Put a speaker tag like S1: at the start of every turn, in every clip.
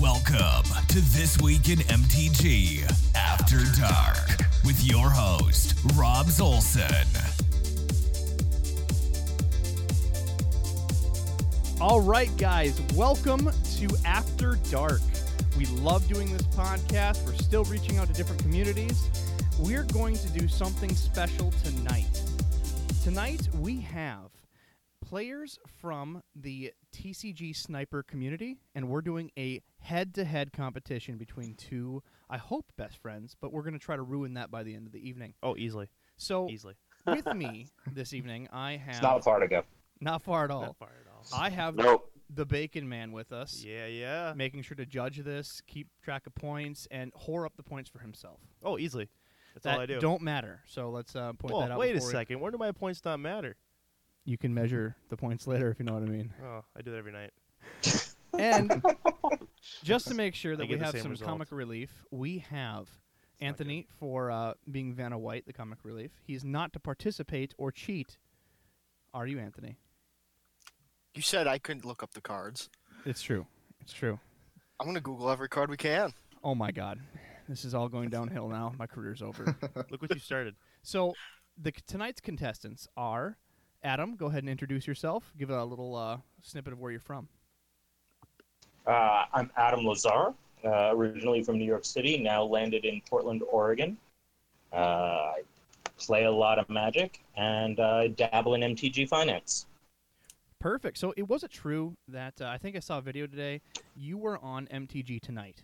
S1: Welcome to This Week in MTG After Dark with your host, Rob Zolson.
S2: All right, guys, welcome to After Dark. We love doing this podcast. We're still reaching out to different communities. We're going to do something special tonight. Tonight, we have players from the TCG sniper community, and we're doing a head to head competition between two, I hope, best friends, but we're going to try to ruin that by the end of the evening.
S3: Oh, easily,
S2: So,
S3: easily.
S2: with me this evening, I have.
S4: It's not Fartigo.
S2: not far at all.
S3: Not far at all.
S2: I have
S4: Nope.
S2: the Bacon Man with us
S3: yeah, yeah.
S2: making sure to judge this, keep track of points, and whore up the points for himself.
S3: Oh, easily. That's
S2: that
S3: all I do.
S2: not matter. So let's uh, point
S3: Well,
S2: that out.
S3: wait a
S2: before we-
S3: second. Where do my points not matter?
S2: You can measure the points later if you know what I mean.
S3: Oh, I do that every night.
S2: And just to make sure that
S3: I
S2: we
S3: get the
S2: have
S3: same
S2: some
S3: result.
S2: comic relief, we have
S3: not
S2: Anthony for uh, being Vanna White, the comic relief. He's not to participate or cheat. Are you Anthony?
S5: You said I couldn't look up the cards.
S2: It's true. It's true.
S5: I'm gonna Google every card we can.
S2: Oh my God, this is all going downhill now. My career's over.
S3: Look what you started.
S2: So the c- tonight's contestants are Adam. Go ahead and introduce yourself. Give a little uh, snippet of where you're from.
S4: Uh, I'm Adam Lazar, uh, originally from New York City, now landed in Portland, Oregon. Uh, I play a lot of Magic and uh, dabble in MTG finance.
S2: Perfect. So it was it true that uh, I think I saw a video today. You were on MTG tonight.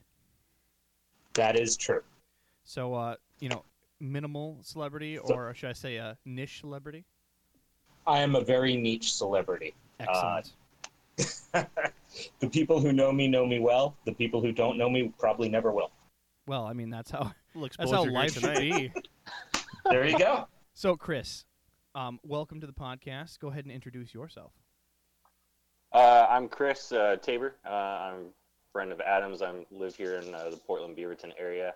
S4: That is true.
S2: So uh, you know, minimal celebrity, or should I say, a niche celebrity?
S4: I am a very niche celebrity.
S2: Excellent.
S4: The people who know me know me well. The people who don't know me probably never will.
S2: well, I mean that's how
S3: Little
S2: that's how
S3: exposure here
S2: life should
S3: tonight.
S2: be.
S4: There you go.
S2: so Chris, um, welcome to the podcast. Go ahead and introduce yourself.
S6: Uh, I'm Chris uh, Tabor. Uh, I'm a friend of Adams. I live here in uh, the Portland Beaverton area.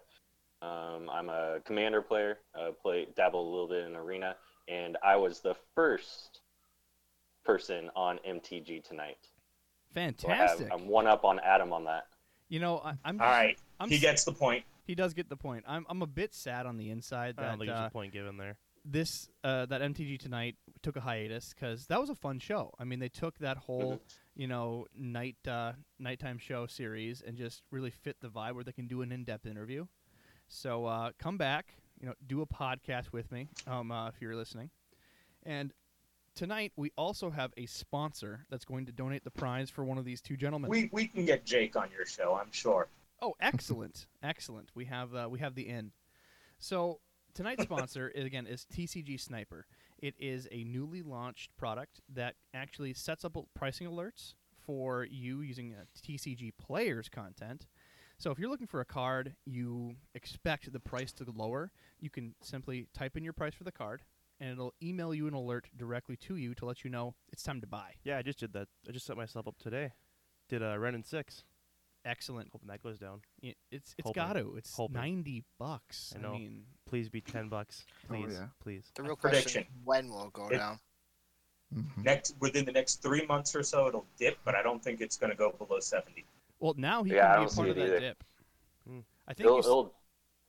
S6: Um, I'm a commander player. Uh, play dabble a little bit in arena, and I was the first person on MTG tonight. So I have-
S2: Fantastic.
S6: I'm one up on Adam on that.
S2: you know, I, I'm.
S4: All right.
S2: I'm
S4: he
S2: s-
S4: gets the point.
S2: He does get the point. I'm I'm a bit sad on the inside
S3: I don't
S2: that
S3: think there's
S2: uh,
S3: a point given there.
S2: this uh, that MTG tonight took a hiatus because that was a fun show. I mean, they took that whole
S3: Mm-hmm.
S2: you know night uh, nighttime show series and just really fit the vibe where they can do an in depth interview. So uh, come back, you know, do a podcast with me um, uh, if you're listening. And tonight we also have a sponsor that's going to donate the prize for one of these two gentlemen.
S4: We, we can get Jake on your show, I'm sure.
S2: Oh, excellent, excellent. We have uh, we have the in. So tonight's sponsor is, again is TCG Sniper. It is a newly launched product that actually sets up al- pricing alerts for you using uh, TCG players content. So if you're looking for a card, you expect the price to lower. You can simply type in your price for the card, and it'll email you an alert directly to you to let you know it's time to buy.
S3: Yeah, I just did that. I just set myself up today. Did uh, Ren and six.
S2: Excellent.
S3: Hoping that goes down.
S2: Y- It's it's
S3: Hoping.
S2: got to. It's
S3: Hoping.
S2: ninety bucks.
S3: I
S2: I
S3: know.
S2: mean,
S3: Please be ten bucks.
S7: Oh,
S3: Please,
S7: yeah.
S3: please.
S5: The real question:
S4: Prediction.
S5: is When will it go
S4: It-
S5: down?
S7: Mhm.
S4: Next, within the next three months or so, it'll dip, but I don't think it's going to go below 70.
S2: Well, now he
S6: Yeah,
S2: can
S6: I don't
S2: be a
S6: see
S2: part of
S6: it
S2: that
S6: either.
S2: dip.
S3: Hmm.
S2: I think
S6: It'll,
S2: you s-
S6: it'll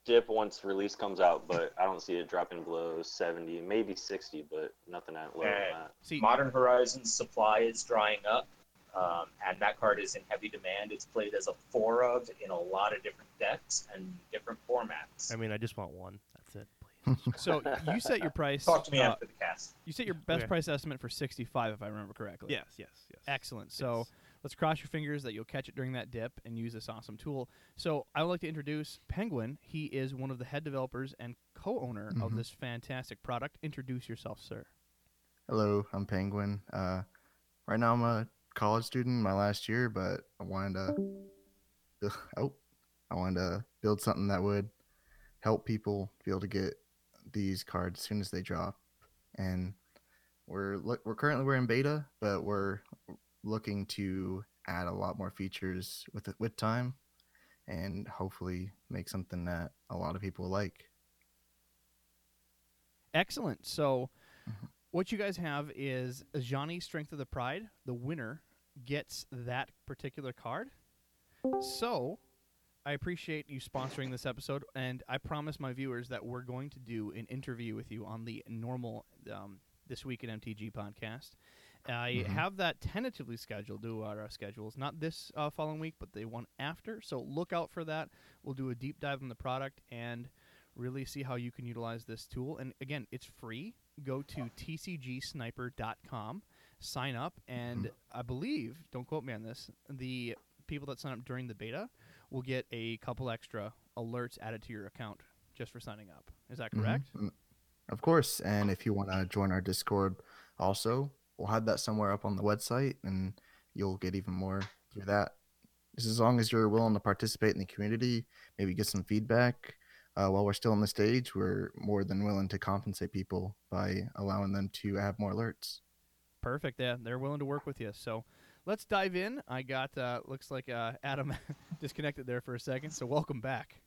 S6: dip once release comes out, but I don't see it dropping below 70, maybe 60, but nothing that low.
S4: Eh.
S6: on that.
S2: see.
S4: Modern Horizons supply is drying up, um, and that card is in heavy demand. It's played as a four of in a lot of different decks and different formats.
S3: I mean, I just want one. That's it. Please.
S2: Hmm. So you set your price.
S4: Talk to me
S2: uh,
S4: after the cast.
S2: You set your best
S3: Okay.
S2: price estimate for sixty-five, if I remember correctly.
S3: Yes, yes, yes.
S2: Excellent. So
S3: Yes.
S2: let's cross your fingers that you'll catch it during that dip and use this awesome tool. So I would like to introduce Penguin. He is one of the head developers and co-owner of
S4: Mm-hmm.
S7: Mhm.
S2: this fantastic product. Introduce yourself, sir.
S7: Hello, I'm Penguin. Uh, right now I'm a college student, my last year, but I wanted to, oh, I wanted to build something that would help people be able to get these cards as soon as they drop. And we're look, we're currently we're in beta, but we're looking to add a lot more features with it with time, and hopefully make something that a lot of people like.
S2: Excellent. So,
S4: Mm-hmm.
S7: Mhm.
S2: what you guys have is Johnny Strength of the Pride. The winner gets that particular card. So, I appreciate you sponsoring this episode, and I promise my viewers that we're going to do an interview with you on the normal um, This Week in MTG podcast. I
S7: Mhm.
S2: have that tentatively scheduled to our uh, schedules, not this uh, following week, but the one after. So look out for that. We'll do a deep dive on the product and really see how you can utilize this tool. And again, it's free. Go to tcgsniper.com, sign up, and I believe, don't quote me on this, the people that sign up during the beta will get a couple extra alerts added to your account just for signing up. Is that
S7: Mhm.
S2: correct?
S7: Mm, Of course. And if you want to join our Discord, also, we'll have that somewhere up on the website, and you'll get even more through that. Just as long as you're willing to participate in the community, maybe get some feedback. Uh, while we're still on the stage, we're more than willing to compensate people by allowing them to have more alerts.
S2: Perfect. Yeah, they're willing to work with you. So let's dive in. I got uh, looks like uh, Adam disconnected there for a second. So welcome back.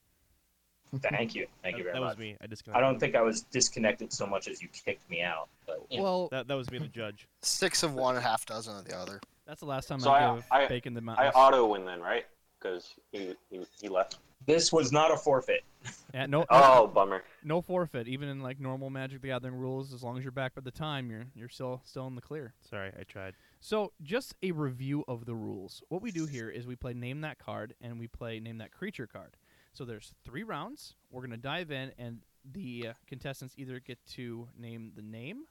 S4: Thank you. Thank you
S3: that
S4: very
S3: was
S4: much.
S3: me. I disconnected.
S4: I don't think I was disconnected so much as you kicked me out. But you know,
S2: Well,
S3: that, that was me, the judge.
S5: Six of one, half dozen of the other.
S2: that's the last time
S6: So
S2: I
S6: I-
S2: gave
S6: I-
S2: Bacon the
S6: I
S2: mountain.
S6: auto win then, right? Because he, he he left.
S4: this was not a forfeit.
S2: Yeah, no,
S6: Oh, bummer.
S2: no forfeit. Even in like normal Magic the Gathering rules, as long as you're back by the time, you're you're still still in the clear.
S3: Sorry, I tried.
S2: So, just a review of the rules. What we do here is we play name that card and we play name that creature card. So there's three rounds. We're gonna dive in, and the uh, contestants either get to name the name,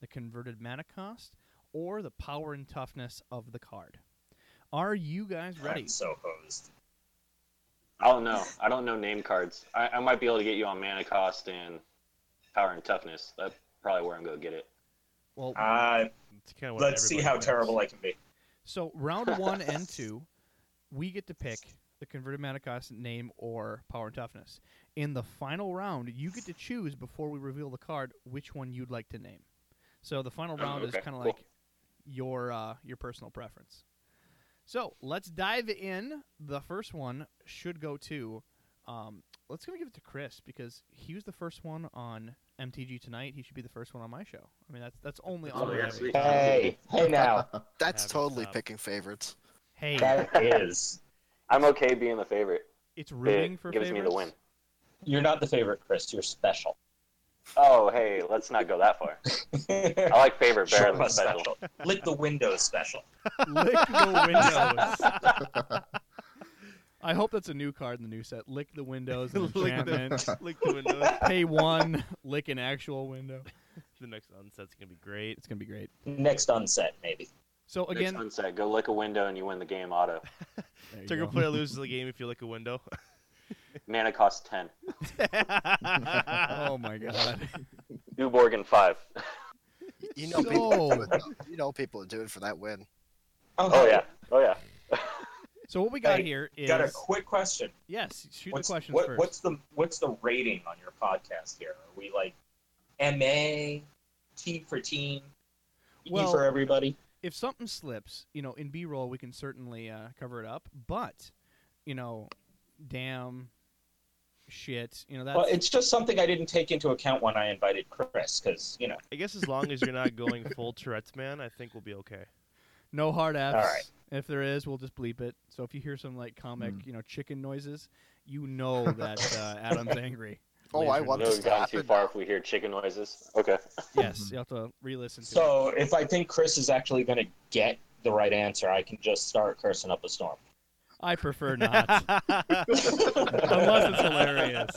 S2: the converted mana cost, or the power and toughness of the card. Are you guys ready?
S4: I'm so hosed.
S6: I don't know. I don't know name cards. I, I might be able to get you on mana cost and power and toughness. That's probably where I'm gonna get it.
S2: Well,
S4: Uh,
S3: It's kinda what
S4: let's see
S3: everybody
S4: how
S3: does.
S4: terrible I can be.
S2: so round one and two, we get to pick the converted mana cost, name, or power and toughness. In the final round, you get to choose before we reveal the card which one you'd like to name. So the final
S6: Oh,
S2: round
S6: okay,
S2: is kind of
S6: cool.
S2: like your uh, your personal preference. So let's dive in. The first one should go to. Um, let's gonna give it to Chris because he was the first one on MTG tonight. He should be the first one on my show. I mean, that's that's only
S3: Oh,
S2: on.
S3: yeah, sweet.
S4: Hey, hey now.
S5: That's
S3: Haven't
S5: totally
S3: stopped.
S5: picking favorites.
S2: Hey,
S4: That is.
S6: I'm okay being the favorite.
S2: it's rooting
S6: it
S2: for
S6: gives me
S2: favorites.
S6: the win.
S4: You're not the favorite, Chris. You're special.
S6: Oh, hey, let's not go that far. I like favorite better
S4: Sure,
S6: than
S4: but
S6: special.
S4: special. Lick the windows special.
S2: Lick the windows. I hope that's a new card in the new set. Lick the windows, an
S3: Lick the-
S2: enchantment,
S3: Lick the window.
S2: pay one, lick an actual window.
S3: the next unset's gonna be great.
S2: It's gonna be great.
S4: Next unset, maybe.
S2: So
S6: Again,
S2: again,
S6: Next sunset, go lick a window and you win the game auto.
S2: there you
S3: Trigger
S2: go.
S3: player loses the game if you lick a window.
S6: Mana cost ten.
S2: oh my god.
S6: Uborg in five.
S5: You know, people,
S2: So-
S5: do it, though. you know people do it for that win.
S6: Oh yeah. Oh yeah.
S2: So what we got
S4: Hey,
S2: here is
S4: Got a quick question.
S2: yes. Shoot
S4: what's,
S2: the questions
S4: what-
S2: first.
S4: What's the what's the rating on your podcast here? Are we like MA, T for team,
S2: Well-
S4: E for everybody?
S2: if something slips, you know, in B roll we can certainly uh, cover it up. But you know, damn, shit, you know that's
S4: Well, it's just something I didn't take into account when I invited Chris because you know.
S3: I guess as long as you're not going full Tourette's man, I think we'll be okay.
S2: No hard F's.
S4: right.
S2: If there is, we'll just bleep it. So if you hear some like comic, you know, chicken noises, you know that uh, Adam's angry.
S5: Oh, I want
S6: No,
S5: this
S6: we've
S5: to
S6: gone too
S5: happen.
S6: far if we hear chicken noises. Okay.
S2: Yes, you have to re-listen to it.
S4: So if I think Chris is actually going to get the right answer, I can just start cursing up a storm.
S2: I prefer not, unless it's hilarious.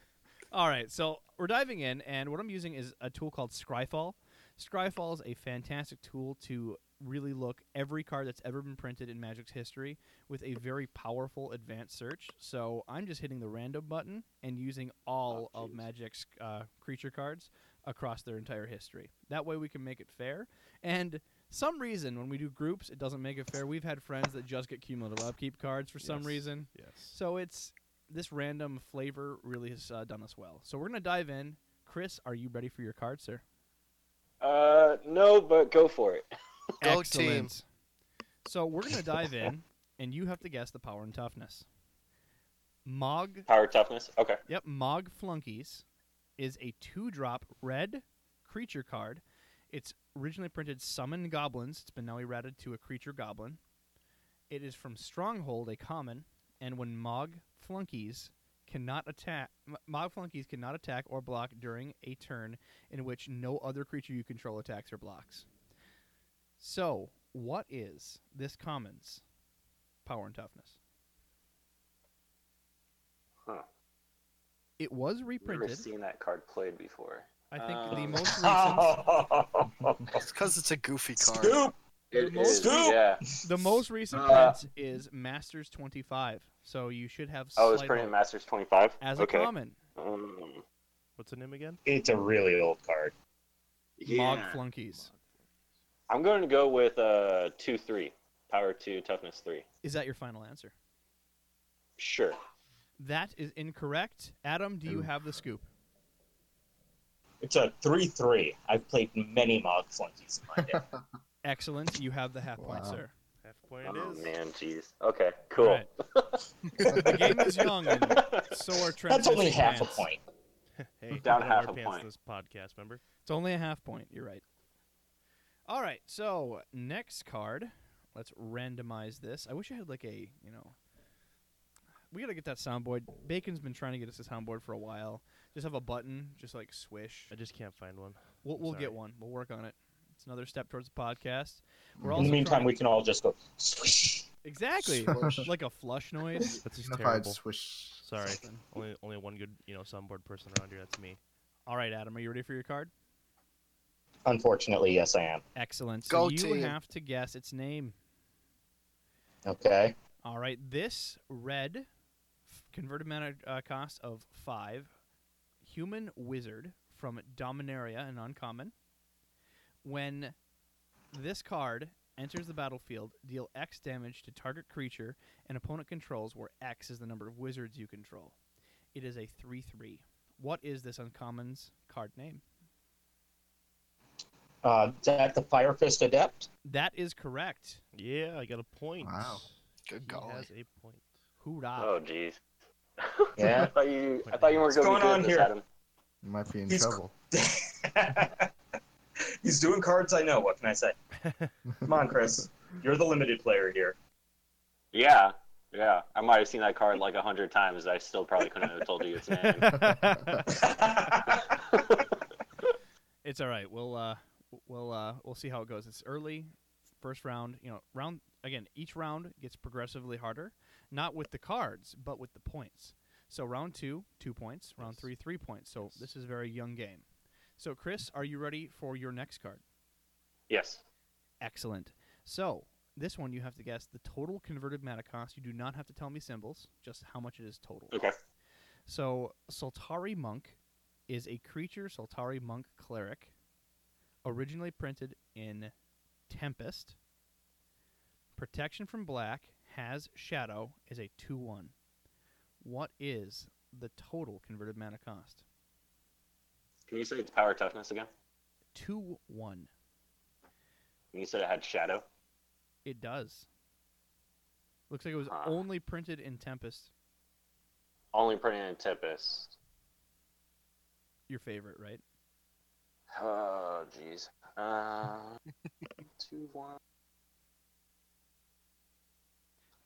S2: All right, so we're diving in, and what I'm using is a tool called Scryfall. Scryfall is a fantastic tool to really look every card that's ever been printed in Magic's history with a very powerful advanced search. So I'm just hitting the random button and using all
S6: Oh,
S2: of
S6: jeez.
S2: Magic's uh, creature cards across their entire history. That way we can make it fair. And some reason when we do groups, it doesn't make it fair. We've had friends that just get cumulative upkeep cards for some
S3: Yes.
S2: reason.
S3: Yes.
S2: So it's this random flavor really has uh, done us well. So we're gonna dive in. Chris, are you ready for your card, sir?
S6: Uh, no, but go for it.
S5: Go team.
S2: Excellent. So we're gonna dive in, and you have to guess the power and toughness. Mog,
S6: Power toughness. Okay.
S2: yep, Mog Flunkies is a two-drop red creature card. It's originally printed summon goblins. It's been now errated to a creature goblin. It is from Stronghold, a common, and when Mog flunkies cannot attack, M- Mog flunkies cannot attack or block during a turn in which no other creature you control attacks or blocks. So, what is this common's power and toughness?
S6: Huh.
S2: It was
S6: Never
S2: reprinted.
S6: seen that card played before.
S2: I think the
S6: Um,
S2: most recent,
S4: Scoop!
S6: Oh.
S5: It's because it's a goofy card.
S2: The
S6: It
S2: most-
S6: is, yeah.
S2: the most recent
S6: Uh,
S2: print is Masters 25. So you should have.
S6: Oh, it's
S2: slight
S6: printed in
S2: hope.
S6: Masters 25.
S2: as
S6: okay.
S2: a common.
S6: Um,
S3: What's the name again?
S4: It's a really old card.
S2: Mog
S6: yeah.
S2: flunkies.
S6: I'm going to go with uh, 2 3. Power 2, toughness 3.
S2: Is that your final answer?
S6: Sure.
S2: That is incorrect. Adam, do you have the scoop?
S4: It's a 3 3. I've played many Mog Flunkies in my day.
S2: Excellent. You have the half point,
S7: Wow.
S2: sir.
S3: Half point
S6: Oh,
S3: it is.
S6: man, jeez. Okay, cool.
S2: Right. the game is young, and so are
S4: That's only
S2: transition
S4: half a
S2: plans.
S4: point.
S3: Hey,
S6: Down
S3: we don't
S6: half
S3: wear
S6: a
S3: pants
S6: point.
S3: in This podcast, remember?
S2: It's only a half point. You're right. All right. So next card. Let's randomize this. I wish I had like a you know. We gotta get that soundboard. Bacon's been trying to get us a soundboard for a while. Just have a button, just like swish.
S3: I just can't find one.
S2: We'll,
S3: I'm
S2: we'll get
S3: Uh, sorry.
S2: one. We'll work on it. It's another step towards the podcast. We're
S4: In
S2: also
S4: the meantime,
S2: trying-
S4: we can all just go swish.
S2: exactly like a flush noise.
S3: That's just
S7: Unified
S3: terrible.
S7: swish.
S3: Sorry, only only one good you know soundboard person around here. That's me.
S2: All right, Adam, are you ready for your card?
S4: Unfortunately, yes, I am.
S2: Excellent. So
S5: Go
S2: you
S5: team.
S2: have to guess its name.
S4: Okay.
S2: All right, this red f- converted mana uh, cost of five, human wizard from Dominaria, an uncommon. When this card enters the battlefield, deal X damage to target creature an opponent controls, where X is the number of wizards you control. It is a 3 3. What is this uncommon's card name?
S4: Uh, is that the Fire Fist Adept?
S2: That is correct.
S3: Yeah, I got a point.
S7: Wow.
S3: He
S5: Good call.
S3: has a point.
S2: Hoorah.
S6: Oh, jeez.
S4: Yeah.
S6: I thought you, I thought you weren't
S4: What's
S6: going to
S4: going
S6: be good
S4: on here?
S6: at this, Adam.
S7: You might be in
S4: He's-
S7: trouble.
S4: He's doing cards I know. What can I say? Come on, Chris. You're the limited player here.
S6: Yeah, yeah. I might have seen that card like a hundred times. I still probably couldn't have told you its name.
S2: It's all right. We'll uh, w- we'll uh, we'll see how it goes. It's early, first round. You know, round again. Each round gets progressively harder, not with the cards, but with the points. So round two, two points. Round
S3: Yes.
S2: three, three points. So
S3: Yes.
S2: this is a very young game. So Chris, are you ready for your next card?
S6: yes.
S2: Excellent. So this one you have to guess the total converted mana cost. You do not have to tell me symbols, just how much it is total.
S6: Okay.
S2: So Soltari Monk is a creature Soltari Monk cleric, originally printed in Tempest. Protection from black has shadow is a two one. What is the total converted mana cost?
S6: Can you say its power toughness again?
S2: Two one.
S6: And you said it had shadow.
S2: It does. Looks like it was
S6: Huh.
S2: only printed in Tempest.
S6: Only printed in Tempest.
S2: Your favorite, right?
S6: Oh, jeez. Uh, two one.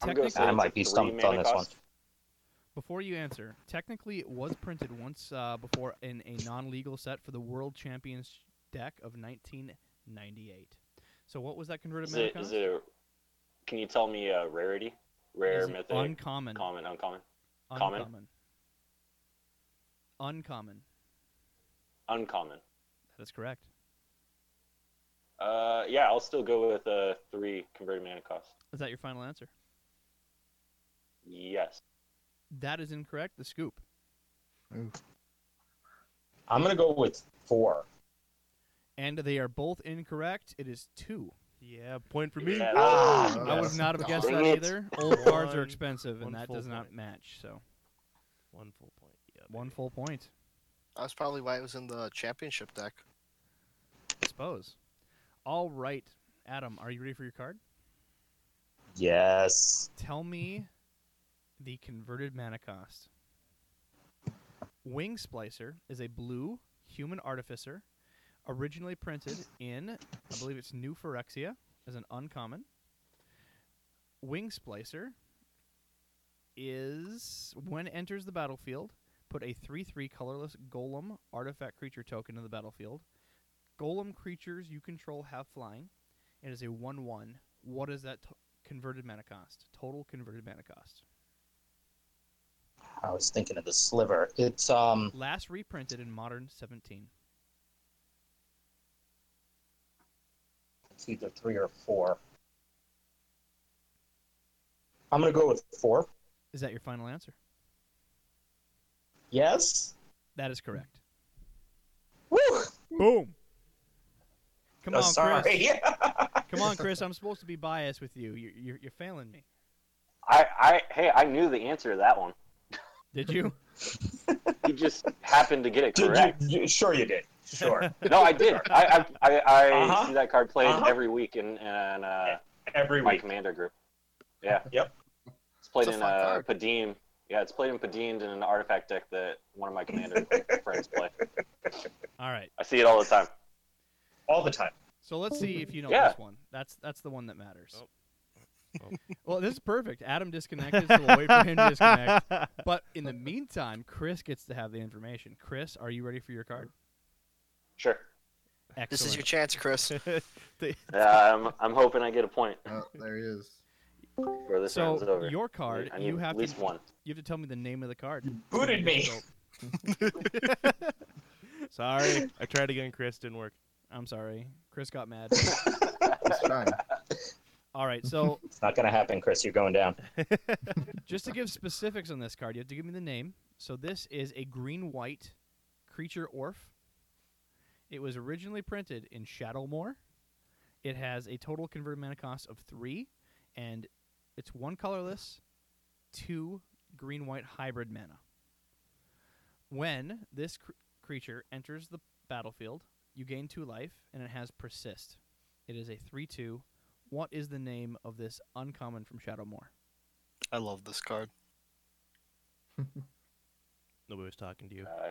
S6: I'm gonna say
S2: Technically-
S4: I might
S6: it's a
S4: be
S6: three
S4: stumped on
S6: mana
S4: this
S6: cost.
S2: Before you answer, technically it was printed once uh, before in a non-legal set for the World Champions deck of 1998. So what was that converted
S6: Is
S2: mana
S6: it?
S2: cost?
S6: Is it? Can you tell me uh, rarity? Rare,
S2: Is it
S6: mythic,
S2: uncommon,
S6: common, uncommon, common?
S2: uncommon, uncommon.
S6: uncommon.
S2: That is correct.
S6: Uh, yeah, I'll still go with uh three converted mana cost.
S2: Is that your final answer?
S6: Yes.
S2: That is incorrect. The scoop.
S7: Ooh,
S4: I'm going to go with four.
S2: And they are both incorrect. It is two.
S3: Yeah, point for me.
S6: Yeah,
S4: Ah,
S7: Oh,
S2: I
S7: yes.
S2: would not have guessed
S6: Dang
S2: that
S6: it.
S2: either. Old cards are
S3: One-
S2: expensive,
S3: one
S2: and that
S3: full
S2: does not
S3: point.
S2: match. So
S3: One full point. Yeah,
S2: one
S3: baby.
S2: full point.
S5: That's probably why it was in the championship deck.
S2: I suppose. All right, Adam, are you ready for your card?
S4: Yes.
S2: Tell me the converted mana cost. Wing Splicer is a blue human artificer, originally printed in, I believe it's New Phyrexia, as an uncommon. Wing Splicer is when it enters the battlefield, put a 3 3 colorless golem artifact creature token in the battlefield. Golem creatures you control have flying. It is a 1 1. What is that to- converted mana cost? Total converted mana cost.
S4: I was thinking of the sliver. It's um
S2: Last reprinted in Modern 17.
S4: it's either three or four. I'm gonna go with four.
S2: Is that your final answer?
S4: Yes.
S2: That is correct.
S4: Woo!
S2: Boom. Come
S4: Oh,
S2: on, Chris.
S4: sorry.
S2: Come on, Chris. I'm supposed to be biased with you. You're, you're, you're failing me.
S6: I, I, hey, I knew the answer to that one.
S2: Did you?
S6: You just happened to get it
S4: Did
S6: correct.
S4: you, you- sure you did. Sure.
S6: No, I did. I, I, I, I
S4: Uh-huh.
S6: see that card played
S4: Uh-huh.
S6: every week in, in uh,
S4: Every
S6: my
S4: week.
S6: commander group. Yeah.
S4: Yep.
S6: It's played
S5: It's a
S6: in
S5: fun
S6: uh,
S5: card.
S6: Padim. Yeah, it's played in Padim and an artifact deck that one of my commander friends play.
S2: All right.
S6: I see it all the time.
S4: All the time.
S2: So let's see if you know
S6: Yeah.
S2: this one. That's that's the one that matters.
S3: Oh. Oh.
S2: well, this is perfect. Adam disconnected, so we'll wait for him to disconnect. But in the meantime, Chris gets to have the information. Chris, are you ready for your card?
S6: Sure.
S2: Excellent.
S5: This is your chance, Chris.
S6: Yeah, I'm, I'm hoping I get a point
S7: Oh, there he is.
S6: before this
S2: so
S6: round's over.
S2: your card,
S6: I need
S2: you have
S6: at least
S2: to
S6: one.
S2: you have to tell me the name of the card.
S4: Booted me.
S2: So-
S3: Sorry, I tried again. Chris didn't work.
S2: I'm sorry. Chris got mad.
S7: It's fine.
S2: All right. So
S4: It's not gonna happen, Chris. You're going down.
S2: just to give specifics on this card, you have to give me the name. So this is a green white creature orf. It was originally printed in Shadowmoor. It has a total converted mana cost of three, and it's one colorless, two green white hybrid mana. When this cr- creature enters the battlefield, you gain two life, and it has persist. It is a 3 2. What is the name of this uncommon from Shadowmoor?
S5: I love this card.
S3: Nobody was talking to you.
S6: Uh,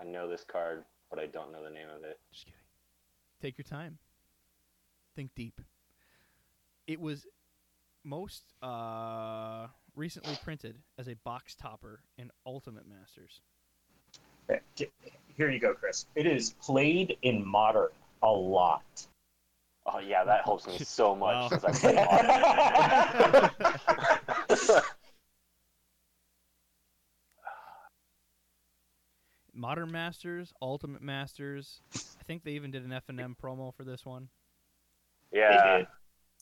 S6: I know this card, but I don't know the name of it.
S2: Just kidding. Take your time. Think deep. It was most uh, recently printed as a box topper in Ultimate Masters.
S4: Here you go, Chris. It is played in modern a lot.
S6: Oh yeah, that helps me so much.
S2: Oh.
S3: Wow.
S6: since I play Modern.
S2: Modern Masters, Ultimate Masters. I think they even did an F&M promo for this one.
S6: yeah,
S4: did.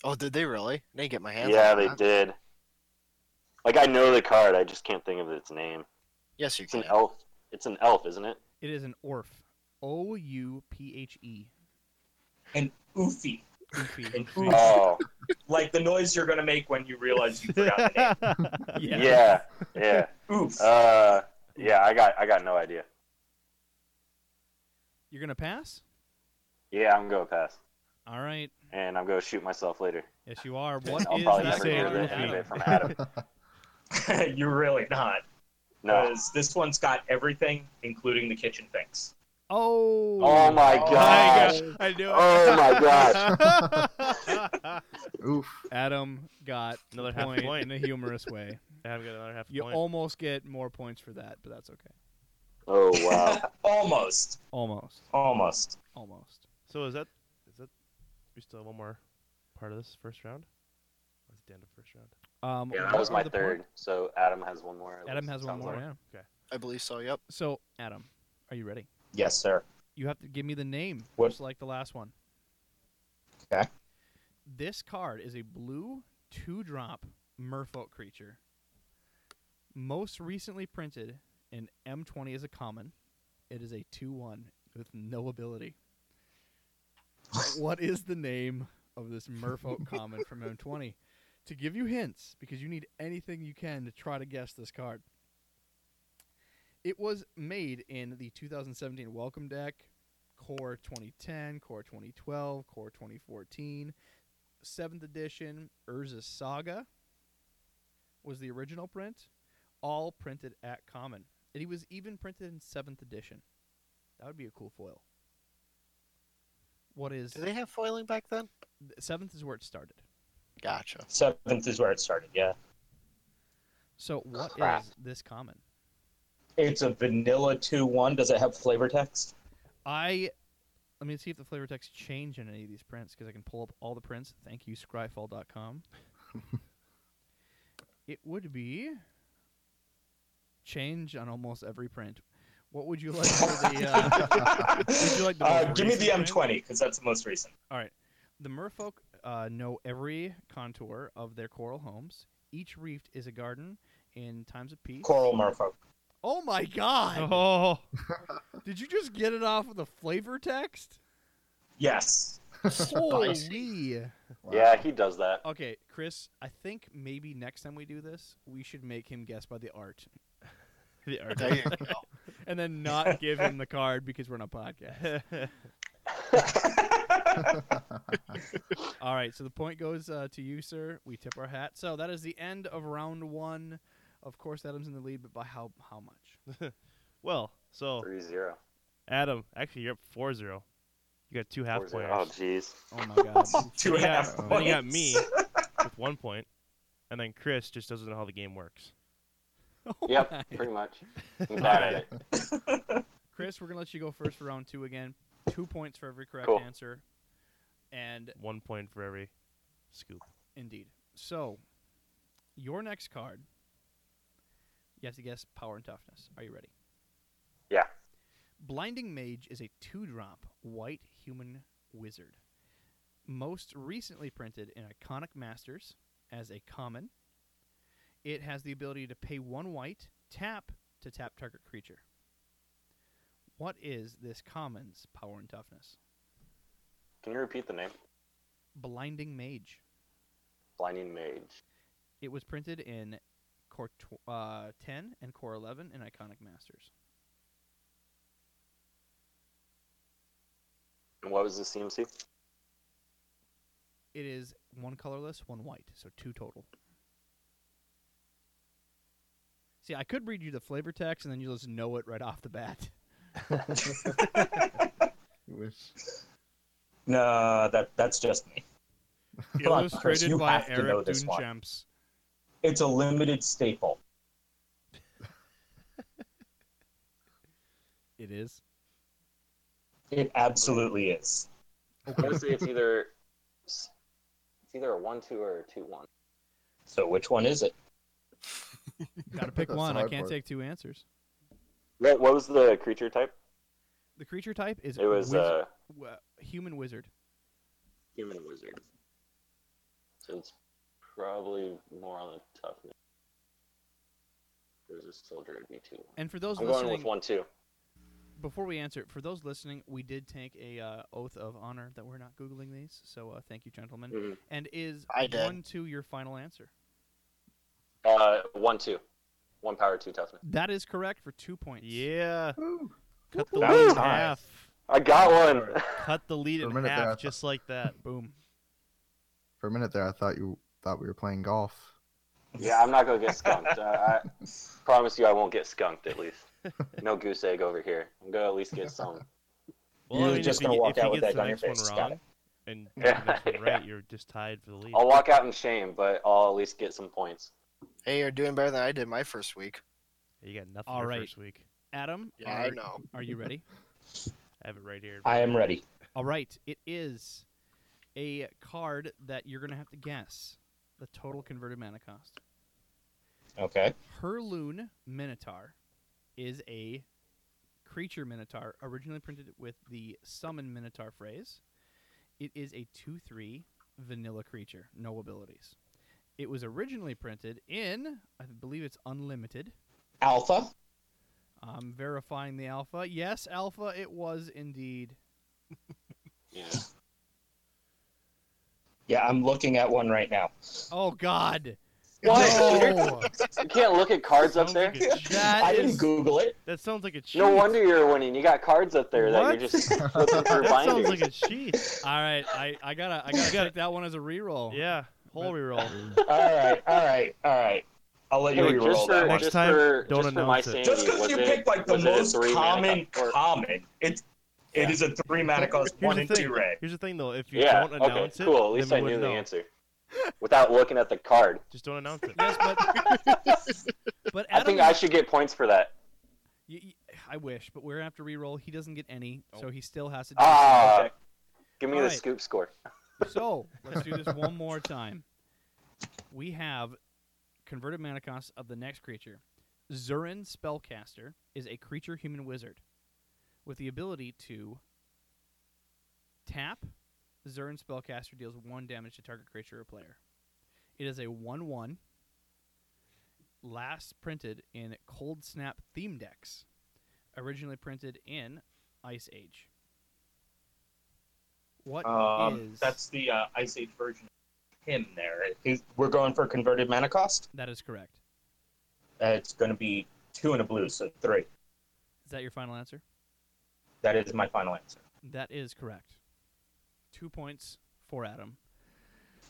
S5: Oh, did they really? They get my hands.
S6: yeah,
S5: on
S6: they
S5: that.
S6: did. Like I know the card, I just can't think of its name.
S5: Yes, you
S6: It's an
S5: can.
S6: elf. It's an elf, isn't it?
S2: It is an Orph. O U P H E.
S4: An oofy.
S2: Oofy.
S4: An oof.
S6: Oh,
S4: like the noise you're gonna make when you realize you forgot the
S6: yeah, yeah.
S4: name. Oof.
S6: Uh, yeah, I got, I got no idea.
S2: You're going to pass?
S6: Yeah, I'm gonna pass,
S2: All right.
S6: and I'm gonna shoot myself later.
S2: Yes, you are. What
S6: I'll
S2: is
S6: probably
S2: that
S6: never hear
S2: card,
S6: the name of
S2: Adam?
S6: it from Adam.
S4: you're really not.
S6: No.
S4: Because this one's got everything, including the kitchen sinks.
S2: Oh.
S6: Oh my
S4: Oh my
S6: gosh.
S2: gosh. I knew it.
S6: Oh my gosh.
S3: I
S7: Oof.
S2: Adam got
S3: Another
S2: the
S3: half
S2: point,
S3: point.
S2: in a humorous way.
S3: haven't got another half a
S2: You
S3: point.
S2: almost get more points for that, but that's okay.
S6: Oh wow.
S4: Almost.
S2: Almost,
S4: Almost.
S2: almost.
S3: So is that is that we still have one more part of this first round? Or is it the end of first round?
S2: Um,
S6: Yeah,
S2: what
S6: that was
S2: were
S6: my
S2: the
S6: third.
S2: points?
S6: So Adam has one more. at
S2: Adam
S6: least,
S2: has
S6: it
S2: one
S6: sounds
S2: more.
S6: like.
S2: Yeah.
S5: I believe so. Yep.
S2: So Adam, are you ready?
S4: Yes, sir.
S2: You have to give me the name,
S4: What?
S2: just like the last one.
S4: 'Kay.
S2: This card is a blue two-drop Merfolk creature. Most recently printed in M20 as a common. It is a two-one with no ability. what is the name of this Merfolk common from M20? To give you hints, because you need anything you can to try to guess this card. It was made in the 2017 Welcome Deck, Core 2010, Core 2012, Core 2014, 7th edition, Urza's Saga was the original print, all printed at Common. And it was even printed in 7th edition. That would be a cool foil. What is
S5: Did they have foiling back then?
S2: 7th is where it started.
S5: Gotcha.
S4: Seventh is where it started, yeah.
S2: So what is
S4: Crap.
S2: this common?
S4: It's a vanilla 2 1. Does it have flavor text?
S2: I let me see if the flavor text change in any of these prints because I can pull up all the prints. Thank you, Scryfall.com. it would be change on almost every print. What would you like for the? Uh, Would you like the
S4: uh,
S2: most
S4: give me the
S2: recent
S4: M20 because that's the most recent.
S2: All right. The merfolk uh, know every contour of their coral homes. Each reef is a garden in times of peace.
S4: Coral Merfolk.
S2: Oh my god!
S3: Oh,
S2: Did you just get it off of the flavor text?
S4: Yes.
S2: Holy!
S7: Wow.
S6: Yeah, he does that.
S2: Okay, Chris, I think maybe next time we do this, we should make him guess by the art.
S3: the art.
S5: There you go.
S2: And then not give him the card because we're on a podcast. All right, so the point goes uh, to you, sir. We tip our hat. So that is the end of round one. Of course, Adam's in the lead, but by how how much?
S3: Well,
S2: Oh.
S3: so
S6: 3 0.
S3: Adam, actually, you're up 4 0. You got two half
S6: Oh,
S3: pointers.
S6: jeez.
S2: Oh my god!
S4: Two and a half
S7: Yeah.
S3: Then you got
S4: points.
S3: me with one point, and then Chris just doesn't know how the game works.
S2: Oh my.
S6: Yep, pretty much. I'm bad at it.
S2: Chris, we're gonna let you go first for round two again. Two points for every correct
S6: Cool.
S2: answer, and
S3: One point for every scoop.
S2: indeed. So, your next card, you have to guess power and toughness. Are you ready?
S6: Yeah.
S2: Blinding Mage is a two-drop white human wizard, most recently printed in Iconic Masters as a common. It has the ability to pay one white, tap to tap target creature. What is this common's power and toughness?
S6: Can you repeat the name?
S2: Blinding Mage.
S6: Blinding Mage.
S2: It was printed in Core tw- uh, 10 and Core 11 in Iconic Masters.
S6: And what was the CMC?
S2: It is one colorless, one white, so two total. See, I could read you the flavor text and then you'll just know it right off the bat.
S7: Wish.
S4: No, that that's just me. Come on, Chris,
S2: Illustrated
S4: you
S2: by
S4: have to know
S2: Eric
S4: this one.
S2: Dunchamps.
S4: It's a limited staple.
S2: It is.
S4: It absolutely is.
S6: I would say it's either it's either a one two or a two one.
S4: So which one is it?
S2: Gotta pick
S7: That's the
S2: one. I
S7: hard
S2: can't
S7: part.
S2: take two answers.
S6: What, what was the creature type?
S2: The creature type is
S6: It was
S2: wiz-
S6: uh,
S2: w- human wizard.
S6: human wizard. So it's probably more on the toughness. There's a soldier it'd be two.
S2: And for those
S6: I'm going
S2: listening,
S6: with one two.
S2: before we answer, for those listening, we did take a uh, oath of honor that we're not googling these. So uh, thank you, gentlemen.
S6: Mhm.
S2: And is
S5: I did.
S2: one two your final answer?
S6: Uh, one two. One power, two toughness.
S2: That is correct for two points.
S3: Yeah.
S7: Woo.
S3: Cut the
S4: That
S3: lead
S4: was
S3: in
S4: high.
S3: half.
S6: I got one.
S3: Cut the lead
S7: For a
S3: in
S7: minute there, I
S3: half
S7: thought-
S3: just like that.
S2: Boom.
S7: For a minute there, I thought you thought we were playing golf.
S6: yeah, I'm not gonna get skunked. Uh, I promise you, I won't get skunked at least. No goose egg over here. I'm gonna at least get some.
S3: Well,
S4: You're
S3: I mean,
S4: just
S3: if
S4: gonna
S3: he,
S4: walk
S3: if he
S4: out with
S3: gets
S4: egg
S3: the
S4: on your
S3: next one
S4: face, got
S3: wrong,
S4: it.
S3: and you
S6: Yeah,
S3: get the next one
S6: yeah.
S3: right, you're just tied for the lead.
S6: I'll walk out in shame, but I'll at least get some points.
S5: Hey, you're doing better than I did my first week.
S3: You got nothing
S2: All
S3: your
S2: right.
S3: first week.
S2: Adam,
S5: Yeah,
S2: are,
S5: I know.
S2: are you ready?
S3: I have it right here.
S4: I am ready.
S2: All right. It is a card that you're gonna have to guess the total converted mana cost.
S4: Okay.
S2: Herloon Minotaur is a creature Minotaur originally printed with the summon Minotaur phrase. It is a 2 3 vanilla creature, no abilities. It was originally printed in, I believe it's unlimited.
S4: Alpha.
S2: I'm verifying the alpha. Yes, alpha, it was indeed.
S6: Yeah.
S4: Yeah, I'm looking at one right now.
S2: Oh, God.
S6: What? You can't look at cards up
S3: Sounds
S6: there.
S3: like a cheat.
S2: That
S4: I didn't
S2: is-
S4: Google it.
S3: That sounds like a cheat.
S6: No wonder you're winning. You got cards up there that you're
S3: What?
S6: just flipping through
S3: That sounds
S6: binders.
S3: like a cheat.
S2: All right, I, I gotta I gotta take that one as a reroll.
S3: Yeah, whole reroll.
S4: All right, all right, all right. I'll let you
S6: Hey,
S4: reroll
S6: just for,
S4: that one.
S3: Next
S6: just
S3: time,
S6: for,
S3: don't
S6: just for my
S3: announce it.
S6: sanity,
S4: Just because
S6: was
S4: you
S6: it-
S4: picked like the
S6: was it a
S4: most
S6: three mana
S4: common
S6: cost? Or-
S4: common, it's it is a three mana cost
S3: Here's
S4: one
S3: the
S4: and
S3: thing.
S4: two red.
S3: Here's the thing, though. If you
S6: Yeah.
S3: don't
S6: Okay.
S3: announce it,
S6: Cool. At least
S3: then
S6: I
S3: we
S6: knew
S3: wouldn't
S6: the
S3: know.
S6: answer. without looking at the card.
S3: Just don't announce it.
S2: Yes, but but
S6: I
S2: Adam
S6: think
S2: is-
S6: I should get points for that.
S2: Y- y- I wish, but we're gonna have to re-roll. He doesn't get any, so he still has to. Do
S6: Ah,
S2: this.
S6: give me the
S2: Alright.
S6: scoop score.
S2: So let's do this one more time. We have converted mana cost of the next creature. Zurin Spellcaster is a creature human wizard with the ability to tap. Zurin Spellcaster deals one damage to target creature or player. It is a 1 1, last printed in Cold Snap theme decks, originally printed in Ice Age. What
S4: Um,
S2: is-
S4: that's the uh, Ice Age version of him there. He's- we're going for converted mana cost.
S2: That is correct.
S4: Uh, it's going to be two and a blue, so three.
S2: Is that your final answer?
S4: That is my final answer.
S2: That is correct. Two points for Adam.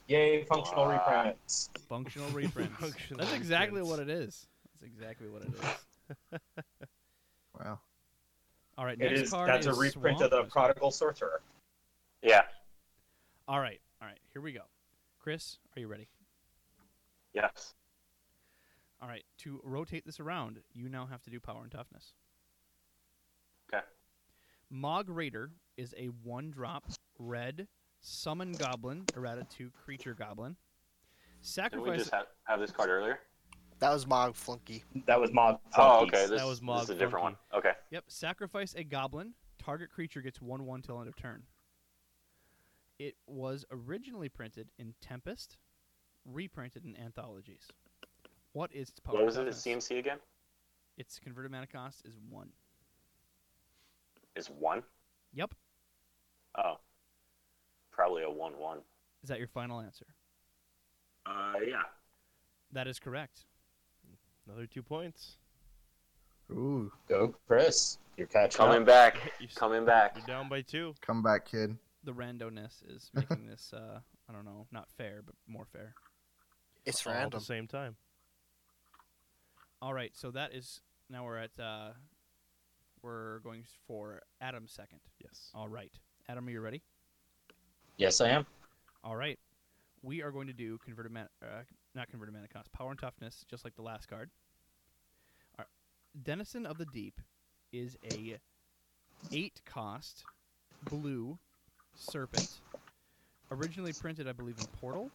S4: Yay, functional
S6: Wow.
S4: reprints.
S2: Functional reprints.
S3: Functional
S2: That's exactly
S3: reprints.
S2: what it is. That's exactly what it is.
S7: Wow.
S2: All right,
S4: It
S2: next
S4: is.
S2: card
S4: That's a
S2: is
S4: reprint
S2: Swamp
S4: of the
S2: Wizard.
S4: Prodigal Sorcerer.
S6: Yeah,
S2: All right, all right, here we go. Chris, are you ready?
S6: yes.
S2: All right, to rotate this around, you now have to do power and toughness.
S6: 'Kay.
S2: Mog Raider is a one drop red summon goblin, errata 2 creature goblin.
S6: Didn't we
S2: Sacrifice.
S6: just have, have this card earlier?
S5: That was Mog Flunky.
S4: That was Mog.
S6: Oh,
S4: Flunky's.
S6: okay. This,
S2: That was
S6: this
S2: Mog
S6: is a different
S2: Flunky.
S6: one. Okay.
S2: Yep. Sacrifice a goblin. Target creature gets 1 1 till end of turn. It was originally printed in Tempest, reprinted in anthologies. What is its power?
S6: What was it?
S2: toughness?
S6: CMC again?
S2: Its converted mana cost is 1.
S6: Is one?
S2: Yep.
S6: Oh, probably a one-one.
S2: Is that your final answer?
S6: Uh, yeah.
S2: That is correct.
S3: Another two points.
S7: Ooh,
S4: Go, Chris. You're catching
S6: Coming
S4: up.
S6: back.
S3: You s-
S6: Coming back.
S3: You're down by two.
S7: come back, kid.
S2: The randomness is making this, uh, I don't know, not fair, but more fair.
S5: It's
S3: All at the
S5: random.
S3: same time.
S2: All right, so that is. Now we're at. Uh, we're going for Adam second.
S3: Yes.
S2: All right. Adam, are you ready?
S4: Yes, I am.
S2: All right. We are going to do converted mana, uh, not converted mana cost, power and toughness, just like the last card. All right. Denizen of the Deep is a eight cost blue serpent, originally printed, I believe, in Portal.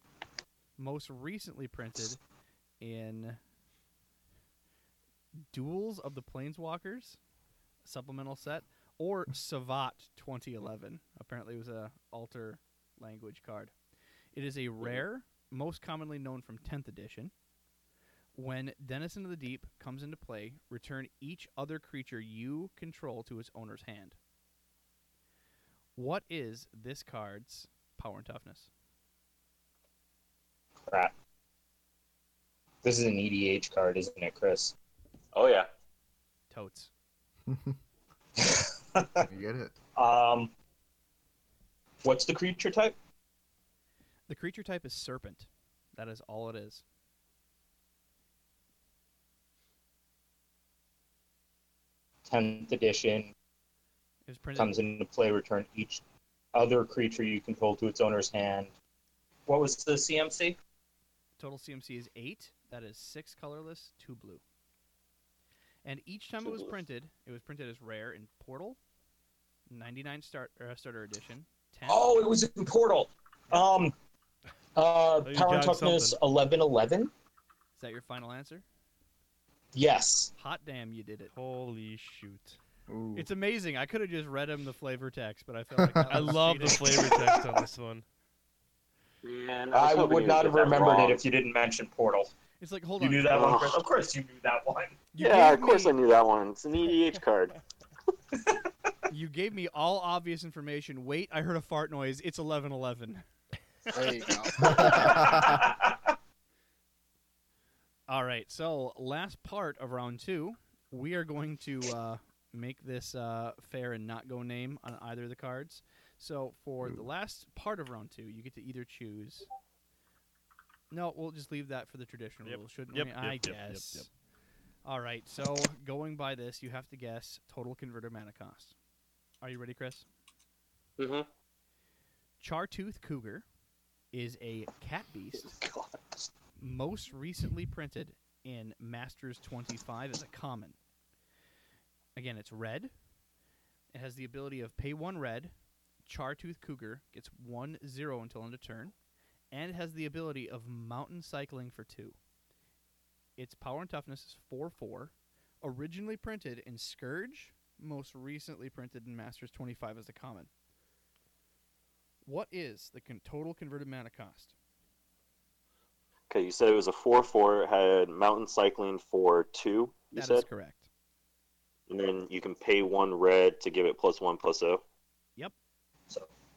S2: Most recently printed in Duels of the Planeswalkers supplemental set or Savat 2011. Apparently, it was a alter language card. It is a rare, most commonly known from 10th edition. When Denizen of the Deep comes into play, return each other creature you control to its owner's hand. What is this card's power and toughness?
S4: Crap. This is an EDH card, isn't it, Chris?
S6: Oh yeah.
S2: Totes.
S7: You get it.
S4: Um, what's the creature type?
S2: The creature type is serpent. That is all it is.
S4: Tenth edition
S2: It was printed.
S4: comes into play. Return each other creature you control to its owner's hand. What was the CMC?
S2: Total CMC is eight. That is six colorless, two blue. And each time it
S6: Two
S2: was
S6: blues.
S2: printed, it was printed as rare in Portal, 99 start, uh, starter edition, 10.
S4: Oh, it was in Portal. Um, uh,
S3: Oh, you
S4: Power and
S3: jogged
S4: Toughness
S3: something.
S4: eleven eleven.
S2: Is that your final answer?
S4: Yes.
S2: Hot damn, you did it.
S3: Holy shoot.
S7: Ooh.
S2: It's amazing. I could have just read him the flavor text, but I felt like that
S3: I
S2: was
S3: love the
S2: cheating.
S3: flavor text on this one.
S6: Man,
S4: I would not have remembered it if you didn't mention Portal.
S2: It's like, hold
S4: You
S2: on.
S4: knew that one,
S6: Oh.
S4: Chris. Of course, you knew that one.
S2: You
S6: yeah,
S2: gave
S6: of course
S2: me-
S6: I knew that one. It's an EDH card.
S2: You gave me all obvious information. Wait, I heard a fart noise. It's 1111.
S5: There you go.
S2: All right, so last part of round two, we are going to uh, make this uh, fair and not go name on either of the cards. So for
S3: Hmm.
S2: the last part of round two, you get to either choose. No, we'll just leave that for the traditional
S3: Yep,
S2: rules, shouldn't
S3: yep,
S2: we?
S3: yep,
S2: I
S3: yep,
S2: guess.
S3: yep, yep.
S2: All right, so going by this, you have to guess total converter mana cost. Are you ready, Chris?
S6: Mm-hmm.
S2: Chartooth Cougar is a cat beast
S6: God.
S2: most recently printed in Masters 25 as a common. Again, it's red. It has the ability of pay one red. Chartooth Cougar gets one zero until end of turn, and it has the ability of mountain cycling for two. Its power and toughness is four four. Originally printed in Scourge, most recently printed in Masters 25 as a common. What is the con- total converted mana cost?
S6: Okay, you said it was a four four. It had mountain cycling for two. You
S2: That is
S6: said,
S2: correct.
S6: and then you can pay one red to give it plus one plus oh. zero.